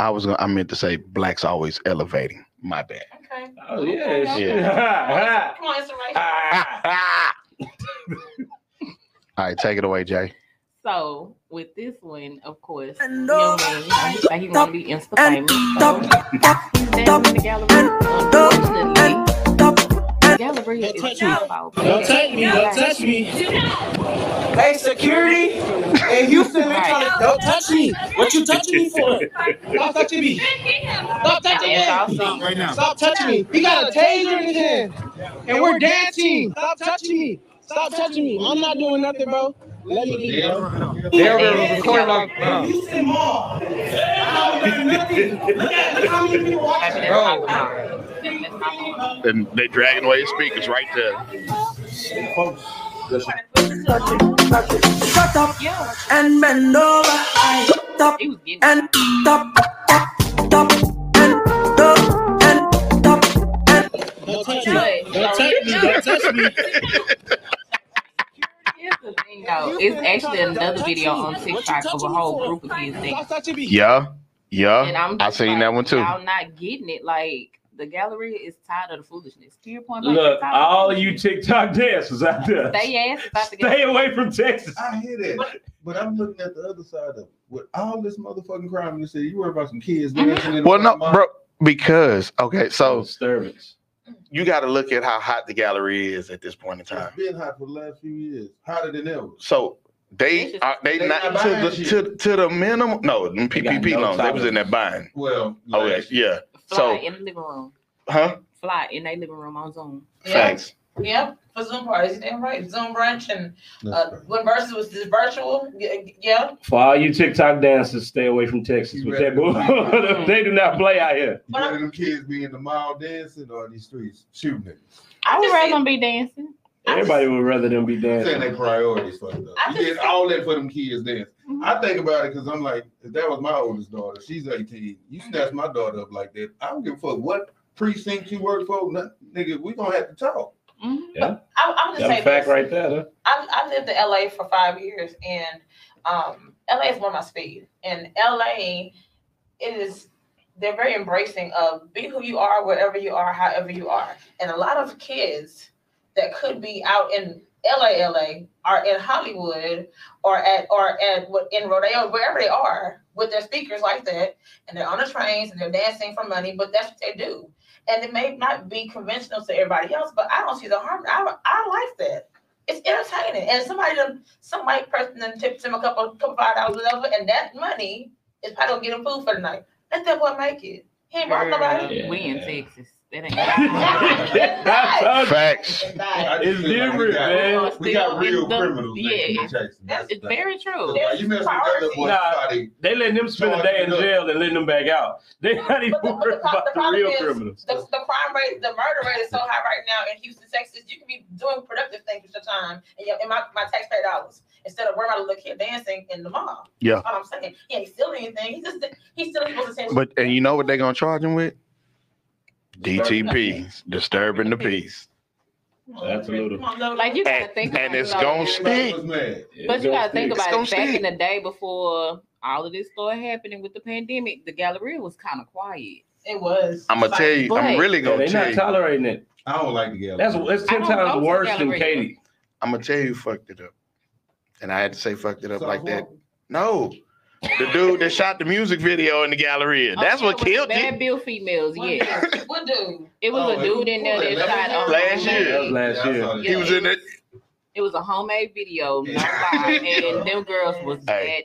I was gonna, I meant to say blacks always elevating. My bad.
Okay. Okay.
Oh yeah.
Okay.
yeah.
Come on, Inspiration.
Ah.
All right, take it away, Jay.
So with this one, of course,
And
Yo
up,
Man, like he said, he want to be insta famous.
up,
So that's in the um, gallery.
up,
Unfortunately, the gallery is
touch
full
me.
of all
Don't touch me. Don't touch me. Hey, security in Houston, we call it. Don't touch me. What you touching me for? Stop touching me. Stop touching me.
Awesome.
Stop touching me. He got a taser in his hand, and we're dancing. Stop touching me. Stop touching me. I'm not doing nothing, bro. Let me be. bro.
They already recorded my. uh,
Houston Mall. I don't do nothing. Look at how many people
I mean,
watching.
that's my power. That's my power.
And they dragging away his speakers right there.
shut up
Yeah,
and bend over. Shut up
he was getting it.
and top, top, top, and top, and top, and
Don't touch me. Don't touch me. Don't touch me.
Here's the thing, though. It's actually another video on TikTok of a whole group of these things.
Stop touching me.
Yeah,
And
yeah.
I'm
I
just
seen
like,
that one too.
Y'all not getting it. Like the gallery is tired of the foolishness. To your point, like,
Look,
they're tired of
all
the
you
foolishness.
TikTok dancers out there,
They asked about the
stay away from Texas.
I hear that, but I'm looking at the other side of it. With all this motherfucking crime in the city, you worry about some kids dancing in the
Well, no,
mall.
bro, because okay, so
disturbance.
you got to look at how hot the gallery is at this point in time.
It's been hot for the last few years, hotter than ever.
So
It's
they
just-
are they,
They
not
not
to
buying
the
shit.
to, to the minimum. No, them
They got
PPP
no
loans. They was in
tolerance.
that buying.
Well,
Oh yeah,
last-
yeah.
fly
So-
in the living room.
Huh?
Fly in their living room on Zoom.
Yeah.
Thanks.
Yeah. For Zoom parties, you damn right. Zoom brunch and uh,
that's right.
when versus was this virtual. y- Yeah.
For all you TikTok dancers, stay away from Texas with that bull. they do not play out here.
You rather them kids be in the mall dancing or in these streets shooting it.
I would
just
rather
see-
them be dancing.
Everybody would rather them be
Saying
dancing.
their priorities fucked up.
I
You did
just-
all that for them kids dancing.
Mm-hmm.
I think about it because I'm like, if that was my oldest daughter, she's 18. You snatch my daughter up like that. I don't give a fuck what precinct you work for. Nothing. Nigga, we gonna have to talk.
Mhm.
I, I'm just
That's
saying.
a fact
this.
right there. Huh?
I, I lived in LA for five years, and um, LA is one of my speed. And LA, it is they're very embracing of be who you are, wherever you are, however you are. And a lot of kids that could be out in LA, LA, are in Hollywood or at or at what in Rodeo, wherever they are, with their speakers like that, and they're on the trains and they're dancing for money, but that's what they do. And it may not be conventional to everybody else, but I don't see the harm. I, I like that it's entertaining. And somebody done, some white person done tipped him a couple couple five dollars whatever, and that money is probably gonna get him food for the night. Let that boy make it. He ain't broke nobody.
Girl, We in
Yeah.
Texas. That
I told you.
Facts.
Right.
I
It's
just feel like we
different,
got-
man.
ain't
We got real
Still in the-
criminals. that can
Yeah,
be chasing.
That's-
it's very true.
Like, you mess with that boy,
Nah.
somebody-
They letting them spend a day in jail and letting them back out. They not even
But the- but the
worried
pro-
about
the
the
problem
real
is-
criminals.
The, the crime rate, the murder rate is so high right now in Houston, Texas. You can be doing productive things with your time and, your, and my, my taxpayer dollars instead of worrying about a little kid dancing in the mall.
Yeah.
That's what I'm saying. He ain't stealing anything. He just he's stealing people's attention.
But and you know what they gonna charge him with? DTP, disturbing the peace.
Come on,
Absolutely.
Chris. Come on, Lola.
Like you gotta
And-
think
and
about it,
it's
though.
gonna
Everybody was mad.
But you gotta think
It's
about
gonna
it. Back
stick.
in the day before all of this started happening with the pandemic, the gallery was kind of quiet.
It was.
I'm gonna tell you. I'm
But-
really
Yeah,
gonna
they
tell
not
you.
tolerating it.
I don't like the gallery.
That's that's ten
I don't go
times
to
worse than
galleries.
Katie.
I'm gonna tell you. Fucked it up. And I had to say fucked it up
So
like that.
who-
No, the dude that shot the music video in the galleria.
Oh,
That's
yeah,
what
with the
killed
bad
it.
bill females.
What
Yeah,
do- What do?
it was
Oh,
a dude in there
what,
that shot um,
Last
homemade-
year.
That was last
Yeah, I
year.
saw that.
He was in it.
It was a homemade video, no
Yeah.
lie, and them girls was
Hey.
that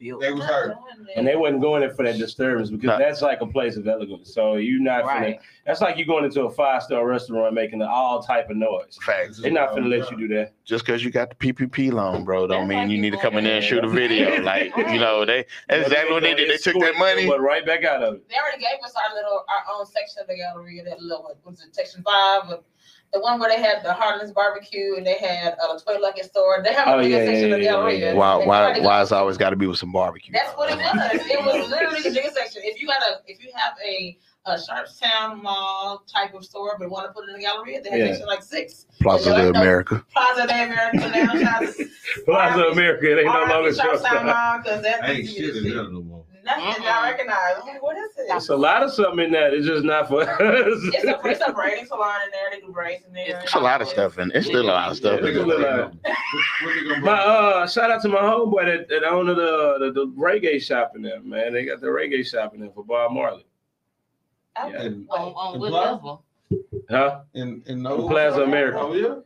built.
They was hurt.
And they wasn't going in for that disturbance because
No.
that's like a place of elegance. So you're not finna,
Right.
that's like you going into a five star restaurant making all type of noise.
Facts.
They're not finna let you do that.
Just because you got the PPP loan, bro, don't
That's
mean
like
you
you
need to
going
come in there and
in.
shoot a video. Like you know, they that's exactly what they did. They took that
They
money.
went right back out of it.
They already gave us our little, our own section of the gallery, that little, what was it, section five? but The one where they had the Harlan's barbecue and they had uh, the Toy Lucky store. They have
Oh,
a bigger
yeah,
section
yeah,
of the
yeah, yeah,
gallery.
yeah.
Why?
They
Why?
already-
Why it's always got to be with some barbecue?
That's what it was. It was literally the bigger section. If you got a, if you have a, a Sharpstown Mall type of store, but want to put it in the gallery, they had
Yeah.
section like six.
Plaza
Yeah, I
of
know.
America.
Plaza de America, downtown.
Plaza America, it ain't no longer
Sharpstown
short.
Mall, because
I ain't shit in there
that's.
no more.
That's mm-hmm. not recognized. I'm like, what is it?
It's a lot of something in that. It's just not for us.
It's a, it's a braiding salon in there. They do braids in there.
It's a lot of stuff, and it's still a lot of stuff.
It's
in
a
there.
lot. My uh, shout out to my homeboy that, that owned the, the the reggae shop in there, man. They got the reggae shop in there for Bob Marley,
Oh,
Yeah.
wait,
On, on what
Black?
level?
huh?
In in no
Plaza America.
Oh yeah.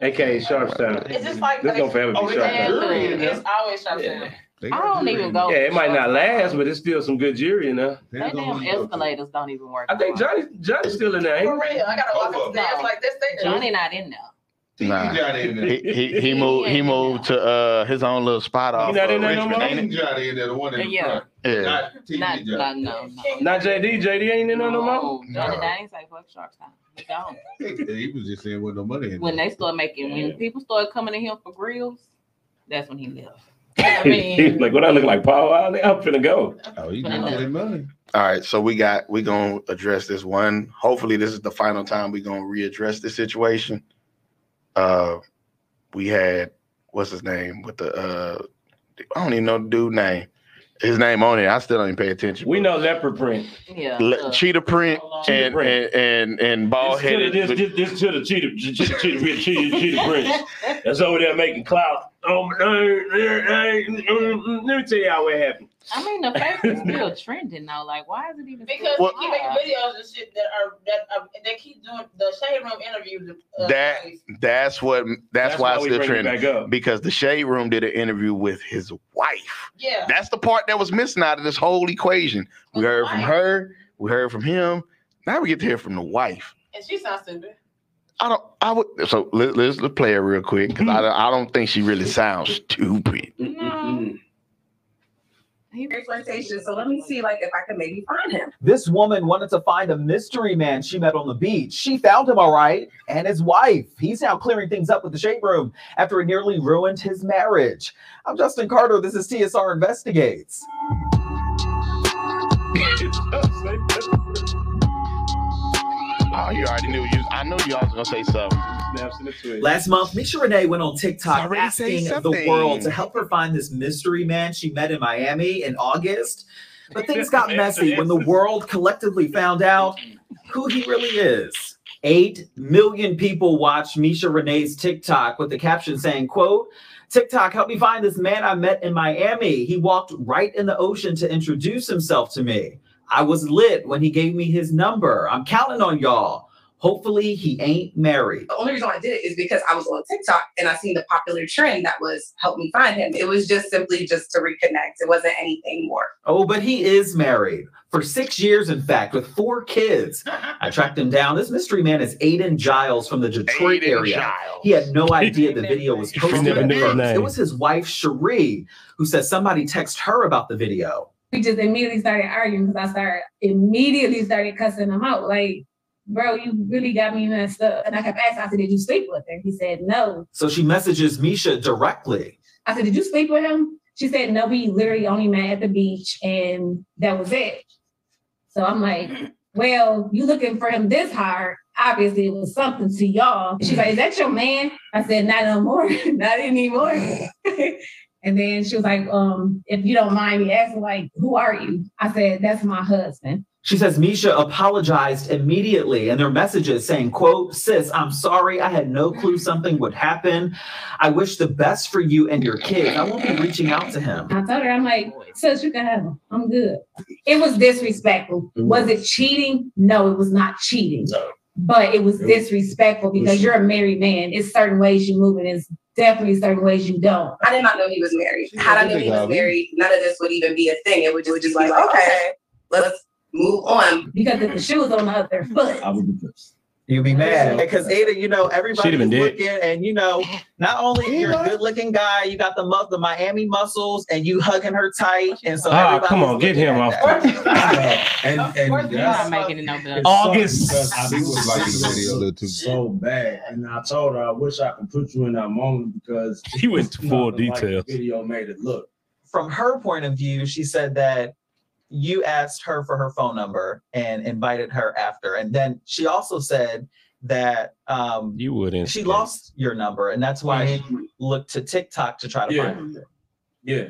AKA Sharpstown.
Is this like
This gonna forever be
Oh, they got
Yeah.
Sharpstown.
jewelry in there.
It's always sharp
Yeah.
yeah.
They
I
got
don't
jewelry
even
in there.
go.
Yeah, it might not
Sharpstown.
last, but it's still some good jury in there.
They
That damn
gonna do it.
escalators don't even work.
I think Johnny Johnny's still in there.
For
Ain't
real, I gotta walk up the stairs
No.
like this. They
Johnny not in there.
You
Nah.
got in there.
He, he, he moved he moved to uh his own little spot off
not
of
in there no
Richmond,
more?
ain't
Teen Johnny in there, the one in the
Yeah.
front.
it? Yeah.
Not TV
Not,
Johnny.
no, no, no.
He
he? Not JD. JD ain't in there no more.
Johnny
No.
Dang say fuck Sharpstown. He gone.
he was just saying with no money in
When
there.
they start making, when
Yeah.
people start coming to him for grills, that's when he left.
I
He's
mean,
like, what I look like, Paul? I'm finna go.
Oh, he didn't get any money.
All right, so we got we gonna address this one. Hopefully, this is the final time we gonna readdress this situation. Uh, we had what's his name with the uh, I don't even know the dude name. His name on it, I still don't even pay attention.
We know leopard print.
Yeah.
Le-
uh,
cheetah print
Cheetah
and,
print.
and and and bald
This to
headed.
the- This, this, this to the cheetah, cheetah, cheetah, cheetah, cheetah, cheetah prince. That's over there making clout. Oh, eh, eh, eh, mm, let me tell y'all what happened.
I mean, the face is still trending now. Like, why is it even?
because
Well-
he making videos and shit that are that are, they keep doing the shade room interviews. uh,
That- That's what. That's, why, it's
we
still
bring it
trending
Back up.
because the shade room did an interview with his wife.
yeah,
That's the part that was missing out of this whole equation. We heard from her. We heard from him. Now we get to hear from the wife.
and she sounds stupid.
I don't. I would. So let, let's let's play it real quick because I don't- I don't think she really sounds stupid.
Mm, mm,
He-
Expectations. So let me see, like, if I can maybe find him.
This woman wanted to find a mystery man she met on the beach. She found him, all right, and his wife. He's now clearing things up with the shade room after it nearly ruined his marriage. I'm Justin Carter. This is TSR Investigates.
mm.
Oh, you already knew you. I knew you all was gonna say something.
Snaps in the twist.
Last month, Misha Renee went on TikTok
Already say
asking the
something.
world to help her find this mystery man she met in Miami in August. But things got messy when the world collectively found out who he really is. Eight million people watched Misha Renee's TikTok with the caption saying, quote, TikTok, help me find this man I met in Miami. He walked right in the ocean to introduce himself to me. I was lit when he gave me his number. I'm counting on y'all. Hopefully he ain't married.
The only reason why I did it is because I was on TikTok and I seen the popular trend that was help me find him. It was just simply just to reconnect. It wasn't anything more.
Oh, but he is married for six years, in fact, with four kids. I tracked him down. This mystery man is Aiden Giles from the Detroit
Aiden
area.
Giles.
He had no idea the video was
We
posted.
never
at
knew his
first.
name.
It was his wife, Cherie, who said somebody text her about the video.
we just immediately started arguing because I started immediately started cussing him out. Like, bro, you really got me messed up. And I kept asking, I said, Did you sleep with her? He said, No.
So she messages Misha directly.
I said, Did you sleep with him? She said, No, we literally only met at the beach and that was it. So I'm like, Well, you looking for him this hard. Obviously, it was something to y'all. She's like, Is that your man? I said, Not no more, not anymore. and then she was like, um, If you don't mind me asking, like, who are you? I said, That's my husband.
She says Misha apologized immediately in their messages saying, quote, sis, I'm sorry. I had no clue something would happen. I wish the best for you and your kids. I won't be reaching out to him.
I told her, I'm like, sis, you can have him. I'm good. It was disrespectful. Was it cheating? No, it was not cheating.
No.
But it was
It was-
disrespectful because you're a married man. It's certain ways you move, and it's definitely certain ways you don't.
I did not know he was married.
She
Had I
knows
known
they
he was
got me.
married, none of this would even be a thing. It would just, be like, okay, let's move on.
Because if the shoe was on the other foot,
I would be pissed.
You'll be mad because Ada, you know, everybody's
been dead.
looking, and you know, not only you're a good-looking guy, you got the mus- the Miami muscles, and you hugging her tight, and so
Ah,
everybody's
come on, get
looking
him
at
off.
that.
and
Where's
and
the
I'm
that's
drama?
not making it no
Oh,
better.
August.
because I
He was liking the
so-
video a little too.
so bad, and I told her I wish I could put you in that moment because
He went to full
nothing like the
details.
video made it look.
From her point of view, she said that you asked her for her phone number and invited her after, and then she also said that um,
You wouldn't.
she lost your number, and that's why she looked to TikTok to try to
Yeah.
find you.
Yeah,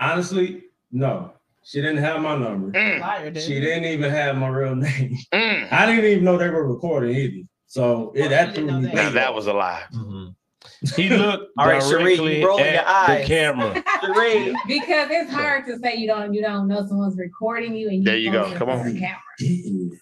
honestly, no. She didn't have my number.
Mm,
Liar, dude.
She didn't even have my real name. I didn't even know they were recording either. So it, that threw me.
Now that was a lie.
He looked
All right, Sheree,
directly
you rolling
at
your
the
eyes.
camera.
because it's hard to say you don't you don't know someone's recording you and
There you go.
don't
Come
have
on.
the camera.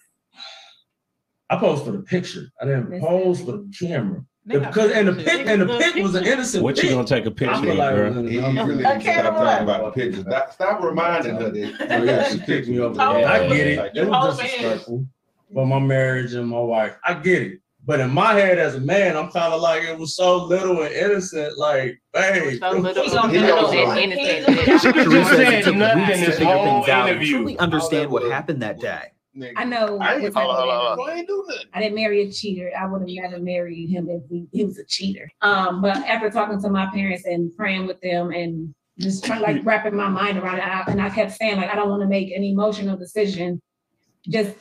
I posed for the picture. I didn't pose for the camera.
They got
Because and the
pictures.
pic and the pic was an innocent.
What you
pic.
gonna take a picture
I'm
of,
like,
girl?
I'm
You really
really
need to stop talking about the pictures. Stop, stop reminding her that.
Oh, yeah, she picked me up.
Oh,
I get
man.
it. It was disrespectful for my marriage and my wife. I get it. But in my head as a man, I'm kind of like it was so little and innocent. Like, hey,
So little
He
and
also-
little and innocent.
She could
Just
have
said
said
nothing
nothing
this
to figure
whole
things out and
interview.
truly understand what happened that day.
I know.
I ain't-
if
hold on, hold
would've
on, hold
married- I didn't marry a cheater. I would have never married him if he, he was a cheater. Um, but after talking to my parents and praying with them and just trying like wrapping my mind around it, I, and I kept saying like I don't want to make an emotional decision, just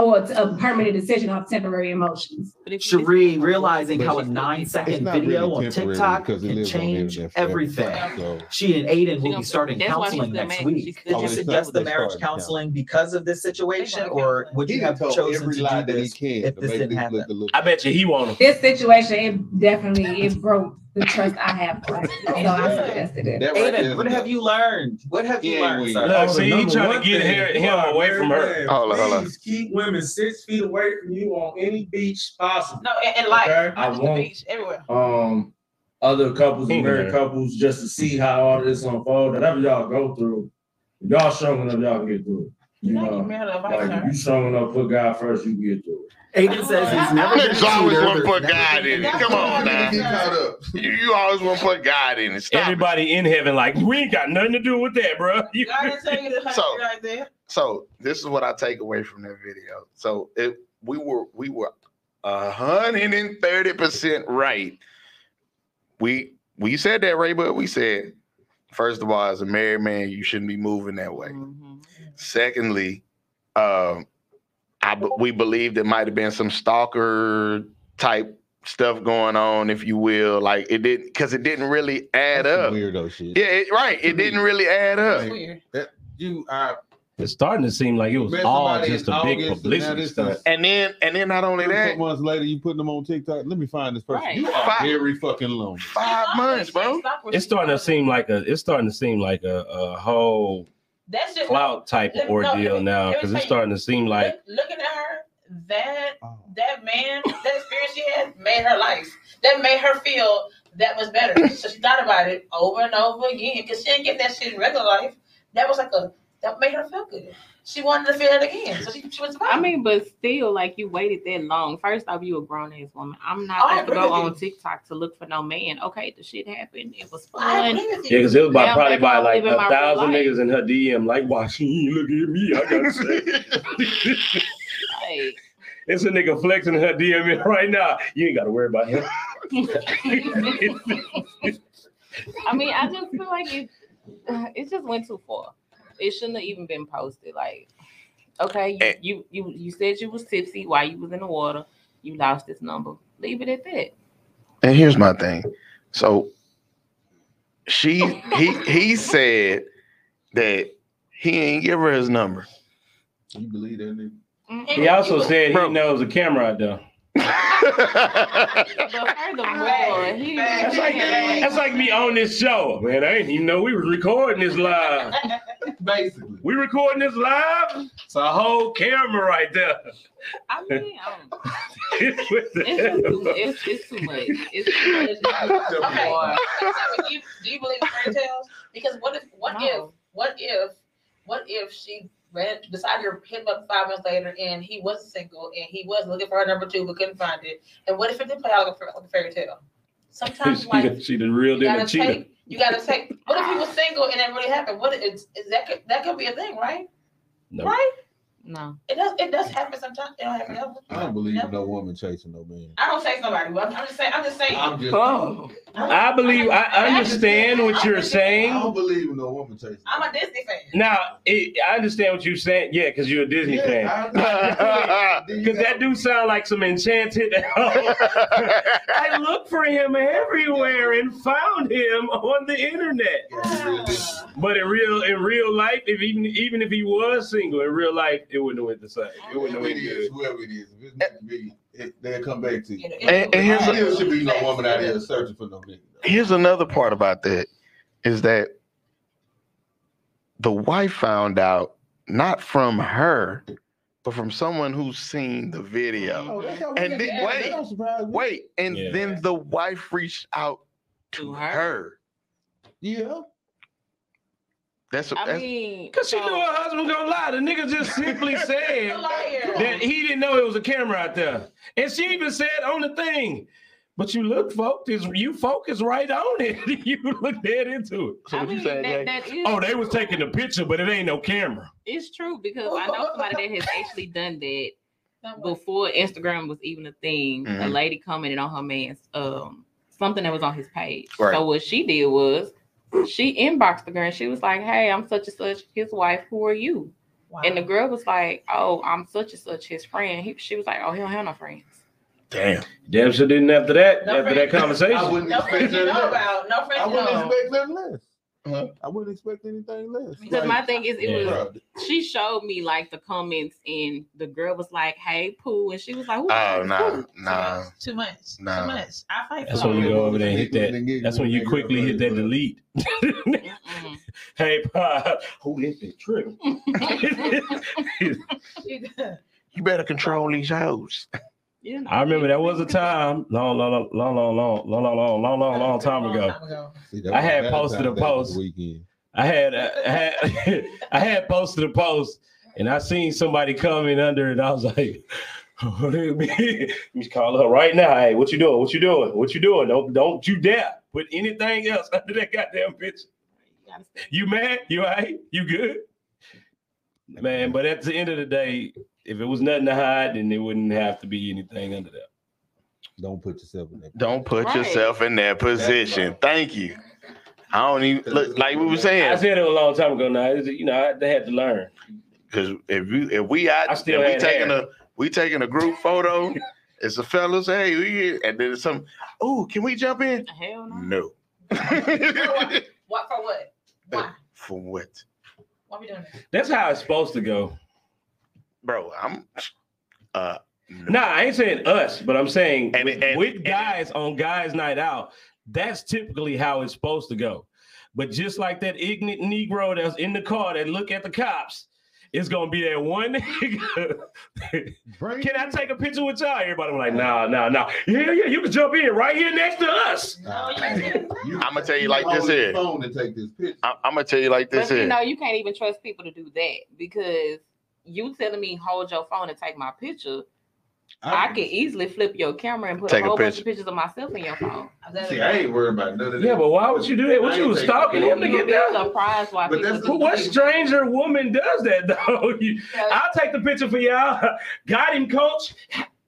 oh it's a permanent decision off temporary emotions.
Sheree realizing how a
Mm-hmm.
nine
It's
second
not
video
really
on
temporary
TikTok
because it
can
lives on the
change
internet forever,
everything.
so-
She and Aiden
She
will
gonna-
be starting
that's why she's
counseling
still
next
mad. She's
week.
still-
Did
Oh,
you
it's not
suggest the
what they
marriage
started
counseling because of this situation, or would you have
told
chosen
every
to
lie
do
that he
this
can
if
to
this
make
didn't
this
happen?
I bet you he won't.
This situation it definitely it broke the trust I have. for him. So I suggested it.
Aiden, what have you learned? What have you learned? sir?
Look, see, he trying to get
thing,
her,
you
him
are a
away from her.
married
Hold on, hold on.
Please keep women six feet away from you on any beach possible.
No, and, and life,
Okay? I
not just the
won't
beach, everywhere.
um other couples and
Ain't
married
there.
couples just to see how all this unfold. Whatever y'all go through, if y'all showing up, y'all get through. it. You
You
know,
married a
like if
viper.
you showing up, put God first, you get through it.
Aiden says he's never been a
Niggas always
cheater.
want to
There's
put God in it. Come on, now. You, you always want to put God in it. Stop
Everybody in heaven, like we ain't got nothing to do with that, bro. You-
I didn't tell you the
So-
hundred right there.
so this is what I take away from that video. So it we were we were hundred and thirty percent right. We we said that right, but we said first of all, as a married man, you shouldn't be moving that way.
Mm-hmm.
Secondly, um, I b- we believe there might have been some stalker type stuff going on, if you will. Like it didn't because it didn't really add up.
Weirdo shit.
Yeah, it, right. It didn't really add up.
You are
It's starting to seem like it was
Met
all
somebody
just
in
a big
August, and now
publicity
this
stunt.
And then and then not only
Three, four
that,
months later, you putting them on TikTok. Let me find this person.
Right.
You are
Five-
very fucking lonely.
five months, bro.
It's starting to seem like a. It's starting to seem like a, a whole
That's just
clout type
Let me-
of
no, let me-
ordeal
let
now,
me
because
tell
it's
you.
starting to seem like
Look- looking at her, that that man, that experience she had made her life. That made her feel that was better. so she thought about it over and over again because she didn't get that shit in regular life. That was like a that made her feel good. She wanted to feel it again, so she, she was.
I mean, but still, like you waited that long. First off, you a grown ass woman. I'm
Oh,
I
not
agree
gonna go
with you.
on TikTok to look for no man. Okay, the shit happened. It was
I
fun.
agree with you.
Yeah, because it was by,
Now I'm
probably
back
by
home
like
living my
a
real
thousand
life.
niggas in her DM, like, watch, look at me. I got sex.
Like,
It's a nigga flexing her DM right now. You ain't got to worry about him.
I mean, I just feel like it. It just went too far. It shouldn't have even been posted. Like, okay, you you you, you said you was tipsy while you was in the water. You lost this number. Leave it at that.
And here's my thing. So she he he said that he ain't give her his number.
You believe that nigga?
He also said he knows a camera out there.
But furthermore, he
That's like, that's like me on this show, man. I didn't even know we was recording this live.
Basically,
we recording this live. It's a whole camera right there.
I mean, I don't
What the
It's just too,
hell?
it's, it's too much. It's too much.
Okay.
Or-
do, you, do you believe in fairy tales? Because what if what if what if what if she ran decided to hit him up five months later and he was single and he was looking for her number two but couldn't find it? And what if it did play out like a, fa- like a fairy tale? Sometimes
she,
like
done- she done reeled
you
in a
gotta
cheetah.
take you gotta take. What if he was single and that really happened? What if, is, is that could, that could be a thing, right?
No.
Right?
No.
It does. It does happen sometimes. It don't happen ever.
I don't believe in no woman chasing no man.
I don't say somebody. Well, I'm I'm just saying. I'm just saying.
I'm just-
Oh. I believe I understand what you're saying.
I don't believe in no woman chasing.
I'm a Disney fan.
Now, it, I understand what you're saying. Yeah, because you're a Disney fan. Because that dude sound like some enchanted. I looked for him everywhere and found him on the internet. But in real in real life, if even even if he was single in real life, it wouldn't have went the same. It wouldn't have
Whoever it
went
is,
good.
whoever it is, if it's meant to be, it, they'll come back to you.
And- and here's a-
there should be no woman out here searching for no nigga.
Here's another part about that is that the wife found out not from her, but from someone who's seen the
Oh,
video. And then, wait, wait, and
Yeah.
then the wife reached out to her.
Yeah.
That's,
I
that's
mean, um,
Cause she knew her husband gonna lie. The nigga just simply said that he didn't know it was a camera out there, and she even said on the thing. But you look focused. You focus right on it. you look dead into it.
So what you I mean, saying, that- Jay? that is-
oh, they was taking the picture, but it ain't no camera.
It's true because I know somebody that has actually done that before Instagram was even a thing. A
Mhm.
lady commented on her man's um something that was on his page.
Right.
So what she did was she inboxed the girl and she was like, "Hey, I'm such and such his wife. Who are you?" And the girl was like, "Oh, I'm such and such his friend." He, she was like, "Oh, he don't have no friends."
Damn. Damn sure didn't after that.
No
after that
friends.
conversation.
I wouldn't No expect friends you nothing know less. about. No friends
I
you
wouldn't
know.
expect nothing less. I wouldn't expect anything less.
Because my thing is, it
Yeah.
was she showed me like the comments, and the girl was like, "Hey, poo," and she was like, "Who the fuck
Oh
is
no,
Pooh?"
no.
Too much.
Nah.
Too much. I fight for
That's when
all
you go
of
over
them.
there and hit that. That's when you quickly hit that delete. hey, Pop, who is this trip?
You better control these hoes.
I remember that was a time long, long, long, long, long, long, long, long, long, long, long time ago. I had posted a post. I had, I had, I had posted a post, and I seen somebody coming under, and I was like, "Let me call her right now. Hey, what you doing? What you doing? What you doing? Don't, don't you dare put anything else under that goddamn picture. You mad? You all right? You good?" Man, but at the end of the day, if it was nothing to hide, then it wouldn't have to be anything under that.
Don't put yourself in that.
Don't put
Right.
yourself in that position. Thank you. I don't even look like we were
I
saying.
said it a long time ago. Now, It's- you know, I, they had to learn.
Because if you if we out,
I still
if we
had
taking
hair.
a we taking a group photo. it's the fellas. Hey, we here, and then some. Oh, can we jump in?
Hell no.
No.
What for what?
For what,
Why we doing that?
That's how it's supposed to go,
bro? I'm. uh
Nah, I ain't saying us, but I'm saying with, with guys on guys' night out, that's typically how it's supposed to go. But just like that ignorant Negro that's in the car that look at the cops, it's gonna be that one. nigga. can I take a picture with y'all? Everybody was like, nah, nah, nah. Yeah, yeah, you can jump in right here next to us.
I'm gonna tell you like this here.
Phone to take this picture.
I'm gonna tell you like this
but you
here.
know, you can't even trust people to do that because you telling me hold your phone and take my picture. I, could easily flip your camera and put
Take
a
a
whole bunch
picture.
of pictures of myself in your phone.
See, I ain't worried about none of that.
Yeah, but why would you do that? What
I
you
ain't
was
taking
stalking him to
pictures.
get that?
Surprised why
But
people
that's
do
the
But what stranger woman does that though? You- I'll take the picture for y'all. Got him, coach.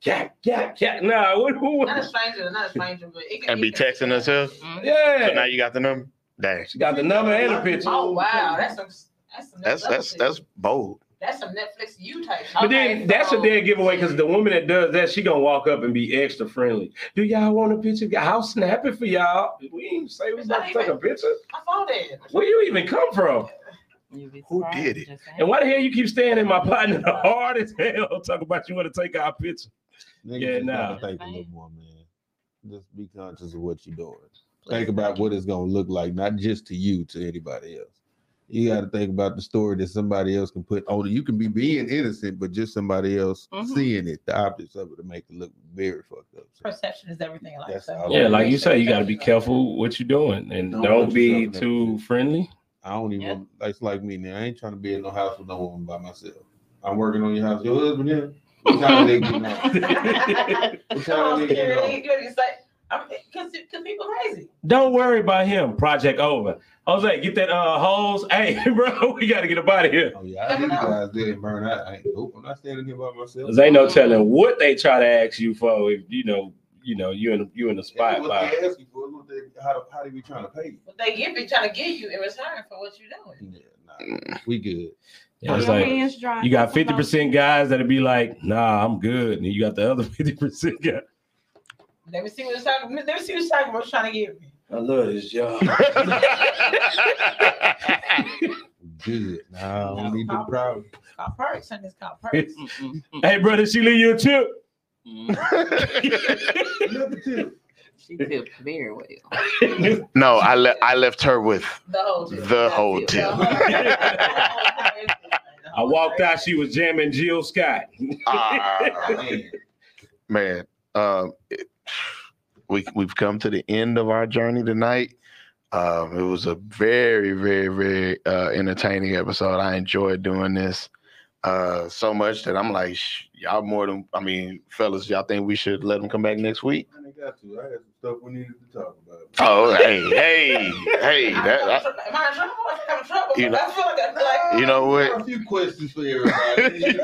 Yeah, yeah, yeah. Nah, what, what,
Not a stranger. Not a stranger, but it can
And be texting us here.
Mm-hmm.
Yeah.
So now you got the number. Dang.
She got the number and the picture.
Oh wow, that's some. That's some.
That's that's that's bold.
That's some Netflix you type. shit.
But then that's a dead giveaway because the woman that does that, she gonna walk up and be extra friendly. Do y'all want a picture? I'll snap it for y'all. We ain't say we about to take a picture.
I saw that.
Where you even come from? Who did it? And why the hell you keep staying in my partner hard as hell? Talk about you want to take our picture. Yeah,
Niggas
nah.
yeah, to Think a little more, man. Just be conscious of what you're doing. Think about what it's gonna look like, not just to you, to anybody else. You got to think about the story that somebody else can put on. it. You can be being innocent, but just somebody else
Mm-hmm.
Mhm.
seeing it, the optics of it, to make it look very fucked up.
Perception is everything in life.
That's
So.
all.
Yeah, like you say, you gotta be careful what you're doing and don't
put
be
yourself in that
too friendly.
I don't even.
Yeah.
like It's like me now. I ain't trying to be in no house with no woman by myself. I'm working on your house. Your husband here. What time they getting off? What time they getting off?
Security, you gotta be like, Because people crazy.
Don't worry about him. Project over. Jose, get that uh hose. Hey, bro, we gotta get up out of here.
Oh yeah, I didn't realize they didn't burn. I, I ain't nope, I'm not standing here by myself.
Cause ain't no telling what they try to ask you for if you know, you know, you in you in the spot.
What
by-
they ask you for? What they, how how they be trying to pay
What they give you, trying to give you in return for what you're doing.
you? We good.
Yeah, it's
Your
like,
hands dry.
you got fifty percent guys that'll be like, "Nah, I'm good," and you got the other fifty percent guys.
Let me see what it's talking. Let me see what it's talking about. Trying to give me.
I love this job.
Good. Nah, I don't need them proud.
Call perks. Send this call perks.
hey, brother, she leave you a tip.
She did very well.
No, I left. I left her with
The whole
the, whole tip.
I walked out. She was jamming Jill Scott.
Oh,
Ah, man. Um, it- we we've come to the end of our journey tonight. Um, it was a very, very, very uh, entertaining episode. I enjoyed doing this uh, so much that I'm like, "Sh- y'all more than. I mean, fellas, y'all think we should let them come back next week?
I ain't got to. I had some stuff we needed to talk about.
Oh, hey, hey, hey. That,
Am
that-
I in trouble? I think I'm in trouble.
You know-
I feel like I
you know
A
what?
few questions for everybody.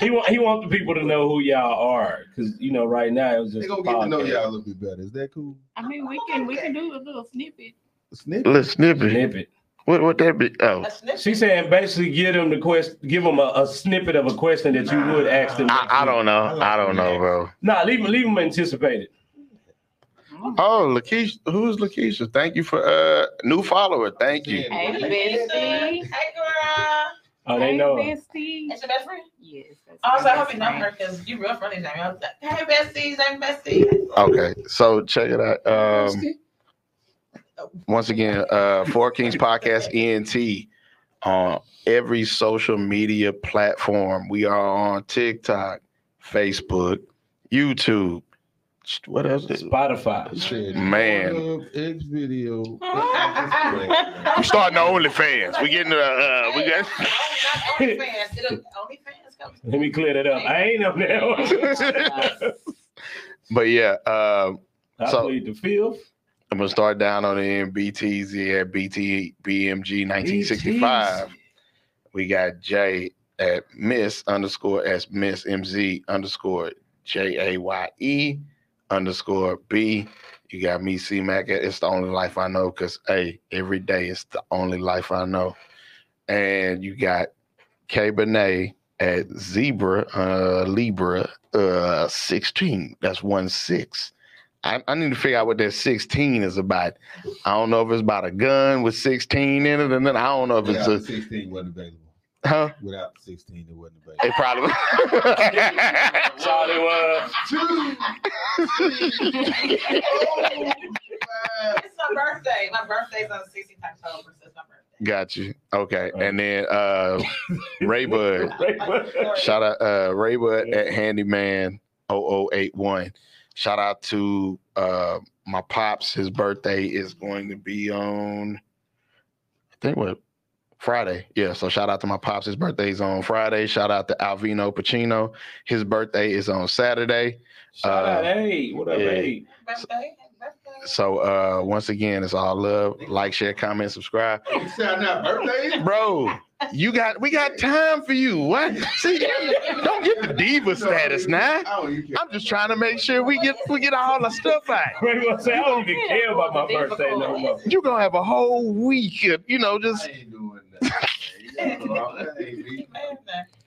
He want he want the people to know who y'all are, cause you know right now it was just
They gonna get to know
podcast.
y'all a little bit better. Is that cool?
I mean, we can we can do a little snippet.
Snippet.
Little snippet.
Snippet.
What would that be? Oh,
She's saying basically give them the quest, give them a, a snippet of a question that you would ask them.
I, I don't know. I don't know, bro.
Nah, leave them leave them anticipated.
Oh, Lakeisha, who's Lakeisha? Thank you for uh new follower. Thank you.
Hey, bestie.
Hey, girl.
Oh,
Hey,
they know her.
bestie.
That's your best friend?
Yes. that's
I was
my
like,
best
hope you know her
friend.
because you real friendly name. I was like, hey, besties, I'm bestie.
Okay, so check it out. Um, once again, uh, Four Kings Podcast ENT on every social media platform. We are on TikTok, Facebook, YouTube. What else?
Spotify.
Man,
X video.
we starting the OnlyFans. We getting the uh, we got.
OnlyFans. It'll- OnlyFans comes.
Let me clear that up. I ain't up there.
But yeah, um,
I
so
plead the fifth.
I'm gonna start down on the MBTZ at BT BMG 1965. We got J at Miss underscore as Miss MZ underscore J A Y E underscore B. You got me C Mac at It's the Only Life I Know because hey, every day it's the only life I know. And you got K Bonet at Zebra uh Libra uh 16. That's one six. I, I need to figure out what that 16 is about. I don't know if it's about a gun with 16 in it, and then I don't know if it's
Without the
a
16 wasn't available.
huh.
Without the 16, it wasn't available.
It probably
Charlie was.
It's my birthday. My birthday's on the 16th October, so it's my
got you. Okay, and then uh, Raybud.
birthday.
Shout out uh Raybud at Handyman 0081. Shout out to uh my pops. His birthday is going to be on I think what Friday. Yeah, so shout out to my pops. His birthday is on Friday. Shout out to Alvino Pacino. His birthday is on Saturday.
Shout out,
Uh,
hey, what up,
yeah.
hey?
Birthday.
So uh once again, it's all love. Like, share, comment, subscribe.
You sound not birthday.
Bro, you got we got time for you. What? See, don't get the diva status now.
Oh,
I'm just trying to make sure we get we get all our stuff out.
Raymond say, I don't even care about my birthday no more.
You're gonna have a whole week, of, you know, just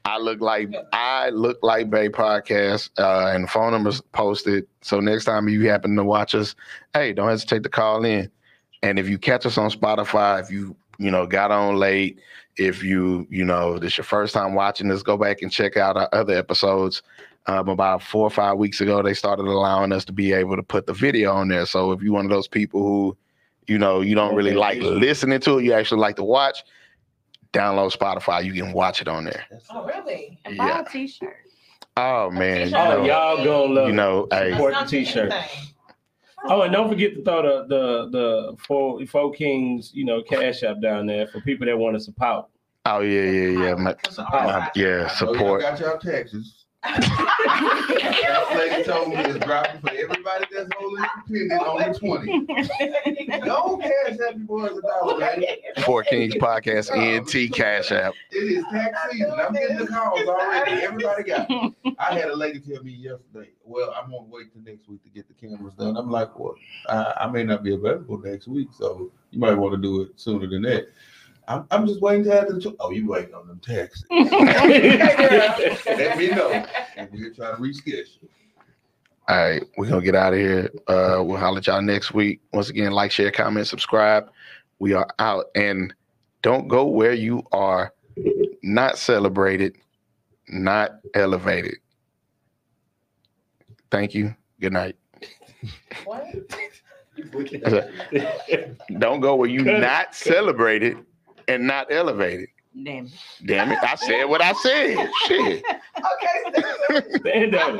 I look like I look like Bay Podcast, uh, and the phone numbers posted. So next time you happen to watch us, hey, don't hesitate to call in. And if you catch us on Spotify, if you you know got on late, if you you know this your first time watching this, go back and check out our other episodes. Um, about four or five weeks ago, they started allowing us to be able to put the video on there. So if you're one of those people who, you know, you don't really like listening to it, you actually like to watch, download Spotify. You can watch it on there.
Oh, really?
And buy a Yeah.
t-shirt.
Oh man, you
Oh,
know,
y'all gonna love
you know,
it.
hey,
Support the t-shirt. Oh, and don't forget to throw the the the four, four kings, you know, cash app down there for people that want to support.
oh yeah, yeah, yeah, my,
my-
yeah,
I know y'all
support.
got your taxes.
That lady told me it's dropping for everybody that's holding independent on the 20. Don't cash up your boys a dollar, man.
Four Kings Podcast ENT Cash App.
It is tax season. I'm getting the calls already. Everybody got. it. I had a lady tell me yesterday, "Well, I'm gonna wait till next week to get the cameras done." I'm like, "Well, I, I may not be available next week, so you might want to do it sooner than that." I'm, I'm just waiting to have the. Cho- oh, you waiting on them texts? Let me know, and we'll try to reschedule.
All right, we're gonna get out of here. Uh, we'll holler at y'all next week. Once again, like, share, comment, subscribe. We are out, and don't go where you are not celebrated, not elevated. Thank you. Good night. don't go where you not celebrated and not elevated.
Damn.
Damn it! I said what I said. Shit.
Okay.
Stand up.